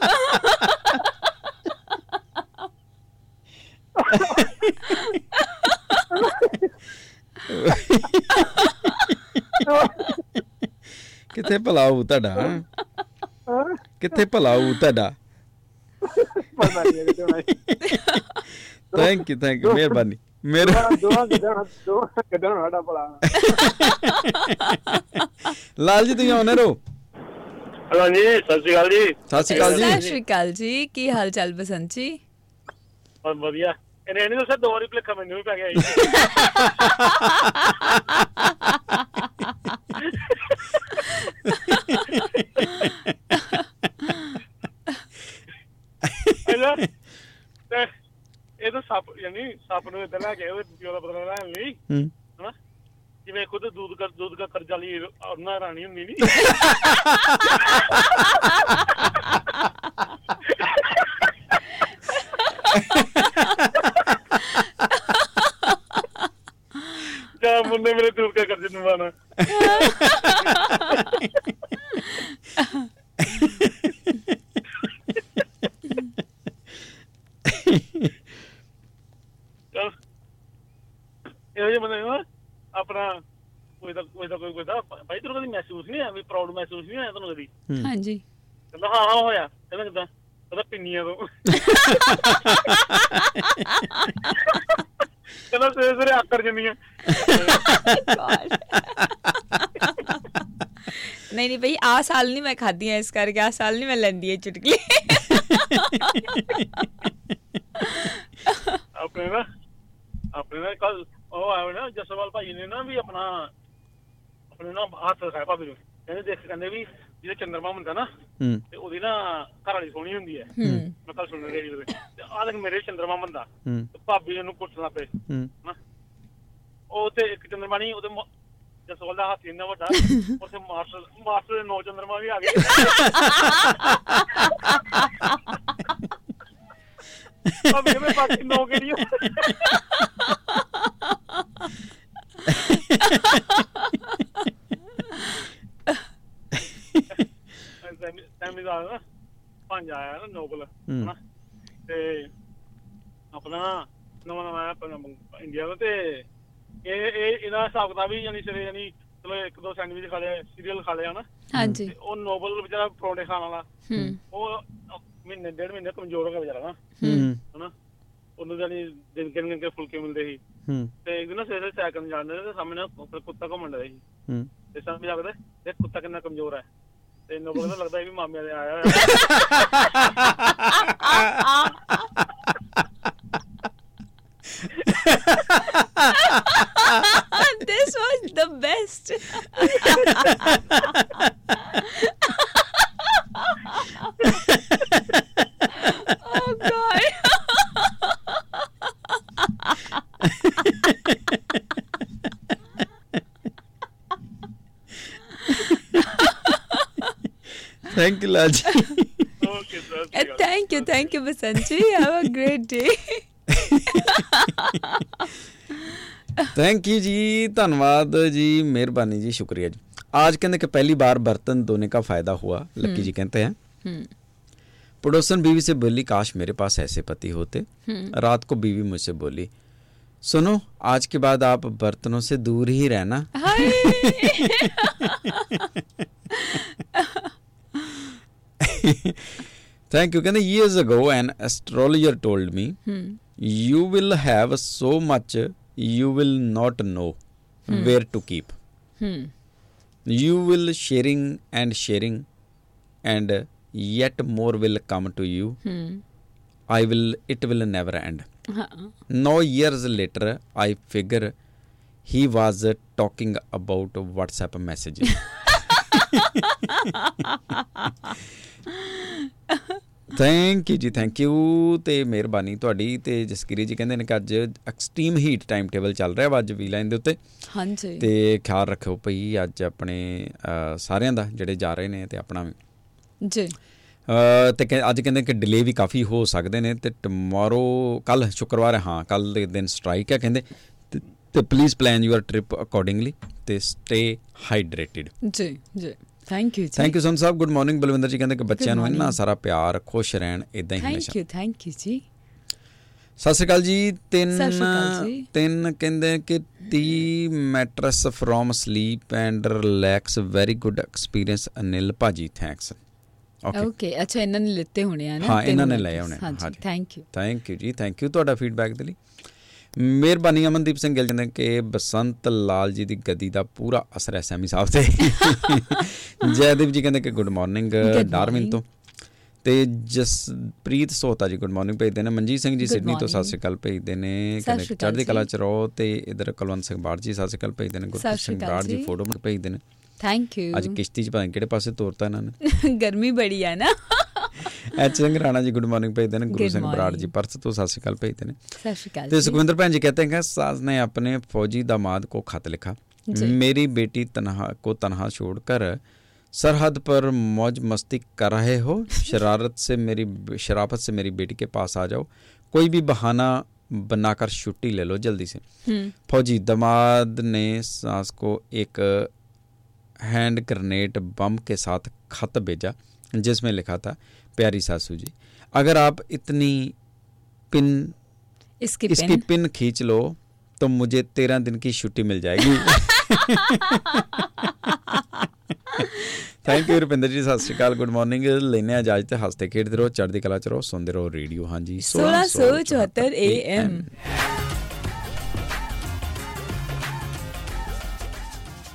S1: ਕਿੱਥੇ ਭਲਾ ਹੋਊ ਤੁਹਾਡਾ ਹੈਂ? ਕਿੱਥੇ ਭਲਾ ਹੋਊ ਤੁਹਾਡਾ
S5: ਪਤਾ ਨਹੀਂ ਕਿਤੇ ਹੋਣਾ
S1: ਥੈਂਕ ਯੂ ਥੈਂਕ ਯੂ ਮਿਹਰਬਾਨੀ ਮੇਰੇ
S5: ਦੋਹਾਂ- ਦੋਹਾਂ ਕਿਦਾਂ ਦੋਹਾਂ ਕਿਦਾਂ ਸਾਡਾ ਭਲਾ
S1: ਲਾਲ ਜੀ ਤੁਸੀਂ ਆਨਰ ਹੋ
S6: ਹਲੋ ਜੀ ਸਤਿ ਸ਼੍ਰੀ ਅਕਾਲ ਜੀ
S1: ਸਤਿ ਸ਼੍ਰੀ ਅਕਾਲ
S2: ਸਤਿ
S1: ਜੀ
S2: ਸ਼੍ਰੀ ਅਕਾਲ ਜੀ ਕੀ ਹਾਲ ਚਾਲ ਬਸੰਤ ਜੀ
S6: ਬਹੁਤ ਵਧੀਆ ਇਹਨੇ ਨਹੀਂ ਦੱਸਿਆ ਦੋ ਵਾਰੀ ਭੁਲੇਖਾ ਮੈਨੂੰ ਵੀ ਪੈ ਗਿਆ ਜੀ ਹੈਲੋ ਤੇ ਇਹ ਤਾਂ ਸੱਪ ਯਾਨੀ ਸੱਪ ਨੂੰ ਇਦਾਂ ਲੈ ਕੇ ਉਹਦੇ ਪਿਓ ਦਾ ਬਦਲਾ ਲੈਣ ਲਈ
S1: ਹੂੰ
S6: ਹਨਾ ਜਿਵੇਂ ਖੁਦ ਦੂਧ ਕਰ ਦੂਧ ਦਾ ਕਰਜ਼ਾ ਲਈ ਉਹਨਾਂ ਰਾਣੀ ਹੁੰਦੀ ਨਹੀਂ ਜਾਂ ਮੁੰਡੇ ਮੇਰੇ ਦੂਧ ਦਾ ਕਰਜ਼ੇ ਨੂੰ ਮਾਣਾ ਚਲ ਇਹੋ ਜਿਹੇ ਬੰਦੇ ਨੂੰ ਨਾ ਆਪਣਾ ਕੋਈ ਤਾਂ ਕੋਈ ਤਾਂ ਕੋਈ ਕੋਈ ਤਾਂ ਭਾਈ ਤੈਨੂੰ ਕਦੀ ਮਹਿਸੂਸ ਨਹੀਂ ਆ ਵੀ ਪ੍ਰਾਊਡ ਮਹਿਸੂਸ ਨਹੀਂ ਹੋਇਆ ਤੁਹਾਨੂੰ ਕਦੀ
S2: ਹਾਂਜੀ
S6: ਕਹਿੰਦਾ ਹਾਂ ਹਾਂ ਹੋਇਆ ਕਹਿੰਦਾ ਕਿਦਾਂ ਕਹਿੰਦਾ ਪਿੰਨੀਆਂ ਤੋਂ ਕਹਿੰਦਾ ਸਵੇਰੇ ਸਵੇਰੇ ਆਕਰ ਜਾਂਦੀਆਂ
S2: God. ਨਹੀਂ ਨਹੀਂ ਭਈ ਆ ਸਾਲ ਨਹੀਂ ਮੈਂ ਖਾਧੀਆਂ ਇਸ ਕਰਕੇ ਆ ਸਾਲ ਨਹੀਂ ਮੈਂ ਲੈਂਦੀ ਇਹ ਚੁਟਕੀ
S6: ਆਪਣੇ ਨਾ ਆਪਣੇ ਨਾ ਕੱਲ ਉਹ ਆਇਆ ਨਾ ਜਸਵਾਲ ਭਾਈ ਨੇ ਨਾ ਵੀ ਆਪਣਾ ਆਪਣੇ ਨਾ ਹੱਥ ਦਿਖਾਇਆ ਭਾਬੀ ਨੂੰ ਕਹਿੰਦੇ ਦੇਖ ਕਹਿੰਦੇ ਵੀ ਜਿਹਦੇ ਚੰਦਰਮਾ ਹੁੰਦਾ ਨਾ
S1: ਹੂੰ
S6: ਤੇ ਉਹਦੀ ਨਾ ਘਰ ਵਾਲੀ ਸੋਹਣੀ ਹੁੰਦੀ ਹੈ
S2: ਹੂੰ
S6: ਮੈਂ ਕੱਲ ਸੁਣ ਰਿਹਾ ਜੀ ਤੇ ਆਹ ਦੇਖ ਮੇਰੇ ਚੰਦਰਮਾ ਬੰਦਾ
S1: ਹੂੰ
S6: ਤੇ ਭਾਬੀ ਨੂੰ ਕੁੱਟਣਾ ਪਏ
S1: ਹੂੰ
S6: ਹਨਾ। ਉਹ ਤੇ ਇੱਕ ਚੰਦਰਮਾਣੀ ਉਹਦੇ ਮ- ਜਸਵਾਲ ਦਾ ਹੱਥ ਇੰਨਾ ਵੱਡਾ ਉੱਥੇ ਮਾਸਟਰ ਮਾਸਟਰ ਦੇ ਨੌ ਚੰਦਰਮਾ ਵੀ ਆ ਗਏ ਆ ਮੇਰੇ ਬਾਕੀ ਨੌ ਕਿਹੜੀ ਸੈਮੀ ਦਾ ਨਾ ਪੰਜ ਆਇਆ ਨਾ ਨੋਬਲ
S1: ਹੂੰ।
S6: ਹਨਾ ਤੇ ਆਪਣਾ ਨਵਾਂ ਨਵਾਂ ਆਇਆ ਆਪਣਾ ਇੰਡੀਆ ਦਾ ਤੇ ਇਹ ਇਹ ਇਹਦਾ ਹਿਸਾਬ ਕਿਤਾਬ ਵੀ ਯਾਨੀ ਸਿਰੇ ਯਾਨੀ ਚਲੋ ਇੱਕ ਦੋ ਸੈਂਡਵਿਚ ਖਾ ਲਿਆ ਸੀਰੀਅਲ ਖਾ ਲਿਆ ਹਨਾ
S2: ਹਾਂਜੀ
S6: ਤੇ ਉਹ ਨੋਬਲ ਵਿਚਾਰਾ ਪਰੌਂਠੇ ਖਾਣ ਵਾਲਾ
S2: ਹੂੰ
S6: ਉਹ ਮਹੀਨੇ ਡੇਢ ਮਹੀਨੇ ਕਮਜ਼ੋਰ ਹੋ ਗਿਆ ਵਿਚਾਰਾ ਨਾ
S1: ਹੂੰ
S6: ਹਨਾ ਉਹਨੂੰ ਜਾਨੀ ਦਿਨ ਕਿੰਨ ਕਿੰਨ ਕੇ ਫੁਲਕੇ ਮਿਲਦੇ ਸੀ
S1: ਹੂੰ
S6: ਤੇ ਇੱਕ ਦਿਨ ਨਾ ਸਵੇਰੇ ਸਾਈਕਲ ਜਾਂਦੇ ਤੇ ਸਾਹਮਣੇ ਉਹ ਕੁੱਤਾ ਘੁੰਮਣ ਡਿਆ ਸੀ
S1: ਹੂੰ
S6: ਤੇ ਸਾਹਮਣੇ ਲੱਗਦਾ ਇਹ ਕੁੱਤਾ ਕਿੰਨਾ ਕਮਜ਼ੋਰ ਹੈ ਤੇ ਨੋਬਲ ਦਾ ਲੱਗਦਾ ਇਹ ਵੀ ਮਾਮਿਆਂ ਦੇ ਆਇਆ ਹੋਇਆ
S2: this was the best oh god
S1: thank you Lal ji
S6: okay sir
S2: Uh, thank you thank you ਬਸੰਤ ਜੀ have a great day
S1: thank you ji धन्यवाद जी मेहरबानी जी शुक्रिया जी आज कहते कि पहली बार बर्तन धोने का फायदा हुआ लक्की जी कहते हैं पड़ोसन बीवी से बोली काश मेरे पास ऐसे पति होते रात को बीवी मुझसे बोली सुनो आज के बाद आप बर्तनों से दूर ही रहना
S2: hi
S1: Thank you. ਕਹਿੰਦੇ years ago an astrologer told me
S2: hmm
S1: you will have so much you will not know where to keep.
S2: Hmm
S1: You will sharing and sharing and yet more will come to you.
S2: Hmm
S1: I will it will never end.
S2: हाँ
S1: Now years later I figure he was uh, talking about WhatsApp messages. Thank you ਜੀ thank you ਤੇ ਮਿਹਰਬਾਨੀ ਤੁਹਾਡੀ ਤੇ ਜਸਕੀਰੀ ਜੀ ਕਹਿੰਦੇ ਨੇ ਕਿ ਅੱਜ ਐਕਸਟ੍ਰੀਮ ਹੀਟ ਟਾਈਮ ਟੇਬਲ ਚੱਲ ਰਿਹਾ ਵਾ ਅੱਜ ਵੀ ਲਾਈਨ ਦੇ ਉੱਤੇ
S2: हाँ जी
S1: ਤੇ ਖਿਆਲ ਰੱਖਿਓ ਭਈ ਅੱਜ ਆਪਣੇ ਅਹ, ਸਾਰਿਆਂ ਦਾ ਜਿਹੜੇ ਜਾ ਰਹੇ ਨੇ ਤੇ ਆਪਣਾ ਵੀ
S2: जी
S1: ਅ, ਤੇ ਕਹਿ- ਅੱਜ ਕਹਿੰਦੇ ਕਿ ਡਿਲੇ ਵੀ ਕਾਫੀ ਹੋ ਸਕਦੇ ਨੇ ਤੇ ਟੁਮਾਰੋ ਕੱਲ ਸ਼ੁੱਕਰਵਾਰ ਹੈ, ਹਾਂ ਕੱਲ ਦੇ ਦਿਨ ਸਟ੍ਰਾਈਕ ਹੈ ਕਹਿੰਦੇ ਤੇ- ਤੇ please plan your trip accordingly ਤੇ ਸਟੇ ਹਾਈਡਰੇਟਿਡ
S2: जी जी थैंक यू जी
S1: thank you Sant Sahib good morning Balwinder ji ਕਹਿੰਦੇ ਕਿ ਬੱਚਿਆਂ ਨੂੰ ਇੰਨਾ
S2: morning.
S1: ਸਾਰਾ ਪਿਆਰ ਖੁਸ਼ ਰਹਿਣ ਇਦਾਂ ਹੀ ਹਮੇਸ਼ਾ
S2: थैंक यू थैंक यू जी
S1: ਸਤਿ ਸ਼੍ਰੀ ਅਕਾਲ ਜੀ ਤਿੰਨ
S2: ਸਤਿ ਸ਼੍ਰੀ ਅਕਾਲ ਜੀ।
S1: ਤਿੰਨ ਕਹਿੰਦੇ ਕਿ tea matters from sleep and relax very good experience Anil ਭਾਜੀ ਥੈਂਕਸ ਓਕੇ
S2: ओके अच्छा ਇਹਨਾਂ ਨੇ ਲਿੱਤੇ ਹੋਣੇ ਆ ਨਾ
S1: ਹਾਂ ਇਹਨਾਂ ਨੇ
S2: ਤਿੰਨ
S1: ਲਏ ਹੋਣੇ
S2: ਹਾਂ ਜੀ ਥੈਂਕ ਯੂ
S1: ਥੈਂਕ ਯੂ ਜੀ ਥੈਂਕ ਯੂ ਤੁਹਾਡਾ ਫੀਡਬੈਕ ਦੇ ਲਈ ਮਿਹਰਬਾਨੀ ਅਮਨਦੀਪ ਸਿੰਘ ਗਿੱਲ ਜੀ ਨੇ ਕਿ ਬਸੰਤ ਲਾਲ ਜੀ ਦੀ ਗੱਦੀ ਦਾ ਪੂਰਾ ਅਸਰ ਐਸਐਮਈ ਸਾਹਿਬ ਤੇ ਜੈਦੀਪ ਜੀ ਕਹਿੰਦੇ ਕਿ good morning
S2: Good
S1: Darwin
S2: morning.
S1: ਤੋਂ ਤੇ ਜਸਪ੍ਰੀਤ ਸੋਤਾ ਜੀ ਗੁੱਡ ਮਾਰਨਿੰਗ ਭੇਜਦੇ ਨੇ ਮਨਜੀਤ ਸਿੰਘ ਜੀ
S2: Good
S1: ਸਿਡਨੀ ਤੋਂ ਸਤਿ
S2: morning.
S1: ਸ਼੍ਰੀ ਅਕਾਲ ਭੇਜਦੇ ਨੇ
S2: ਸਤਿ
S1: ਕਹਿੰਦੇ
S2: ਸ਼੍ਰੀ ਅਕਾਲ
S1: ਚੜ੍ਹਦੀ ਕਲਾ
S2: ਜੀ।
S1: ਚ ਰਹੋ ਤੇ ਇਧਰ ਕੁਲਵੰਤ ਸਿੰਘ ਬਾੜ ਜੀ ਸਤਿ ਸ਼੍ਰੀ ਅਕਾਲ ਭੇਜਦੇ ਨੇ ਗੁਰਪ੍ਰੀਤ
S2: ਸਤਿ ਸ਼੍ਰੀ
S1: ਸਿੰਘ
S2: ਅਕਾਲ
S1: ਬਾੜ ਜੀ
S2: ਜੀ।
S1: ਫੋਟੋ ਭੇਜਦੇ ਨੇ
S2: ਥੈਂਕ
S1: ਅੱਜ
S2: ਯੂ
S1: ਕਿਸ਼ਤੀ ਚ ਪਤਾ ਨੀ ਕਿਹੜੇ ਪਾਸੇ ਤੋਰਤਾ ਇਹਨਾਂ ਨੇ
S2: ਗਰਮੀ ਬੜੀ ਆ ਨਾ
S1: H Singh Rana ji good morning ਭੇਜਦੇ ਨੇ Guru
S2: Good
S1: Singh Brar ji
S2: morning.
S1: Perth ਤੋਂ ਸਤਿ ਸ਼੍ਰੀ ਅਕਾਲ ਭੇਜਦੇ ਨੇ
S2: ਸਤਿ ਸ਼੍ਰੀ ਅਕਾਲ
S1: ਤੇ
S2: ਜੀ।
S1: ਸੁਖਵਿੰਦਰ ਭੈਣ तो जी कहते हैं कि सास ने अपने फौजी दामाद को खत लिखा
S2: जी।
S1: मेरी बेटी तनहा को तनहा छोड़कर सरहद पर मौज मस्ती कर रहे हो शरारत से मेरी शराफत से मेरी बेटी के पास आ जाओ कोई भी बहाना बनाकर छुट्टी ले लो जल्दी से फौजी दामाद ने सास को एक हैंड ग्रेनेड बम के साथ खत भेजा जिसमें लिखा था प्यारी सासू जी अगर आप इतनी पिन
S2: ਇਸਕੀ
S1: इसकी
S2: ਪਿੰਨ
S1: पिन खींच लो तो मुझे तेरह दिन की छुट्टी मिल जाएगी ਥੈਂਕ ਯੂ ਰੁਪਿੰਦਰ ਜੀ ਸਤਿ ਸ਼੍ਰੀ ਅਕਾਲ ਗੁੱਡ ਮਾਰਨਿੰਗ ਲੈਨੇ ਅੱਜ ਅੱਜ ਤੇ ਹੱਸਦੇ ਖੇਡਦੇ ਰਹੋ ਚੜ੍ਹਦੀ ਕਲਾ ਚ ਰਹੋ ਸੁਣਦੇ ਰਹੋ ਰੇਡੀਓ ਹਾਂਜੀ
S2: 1674 AM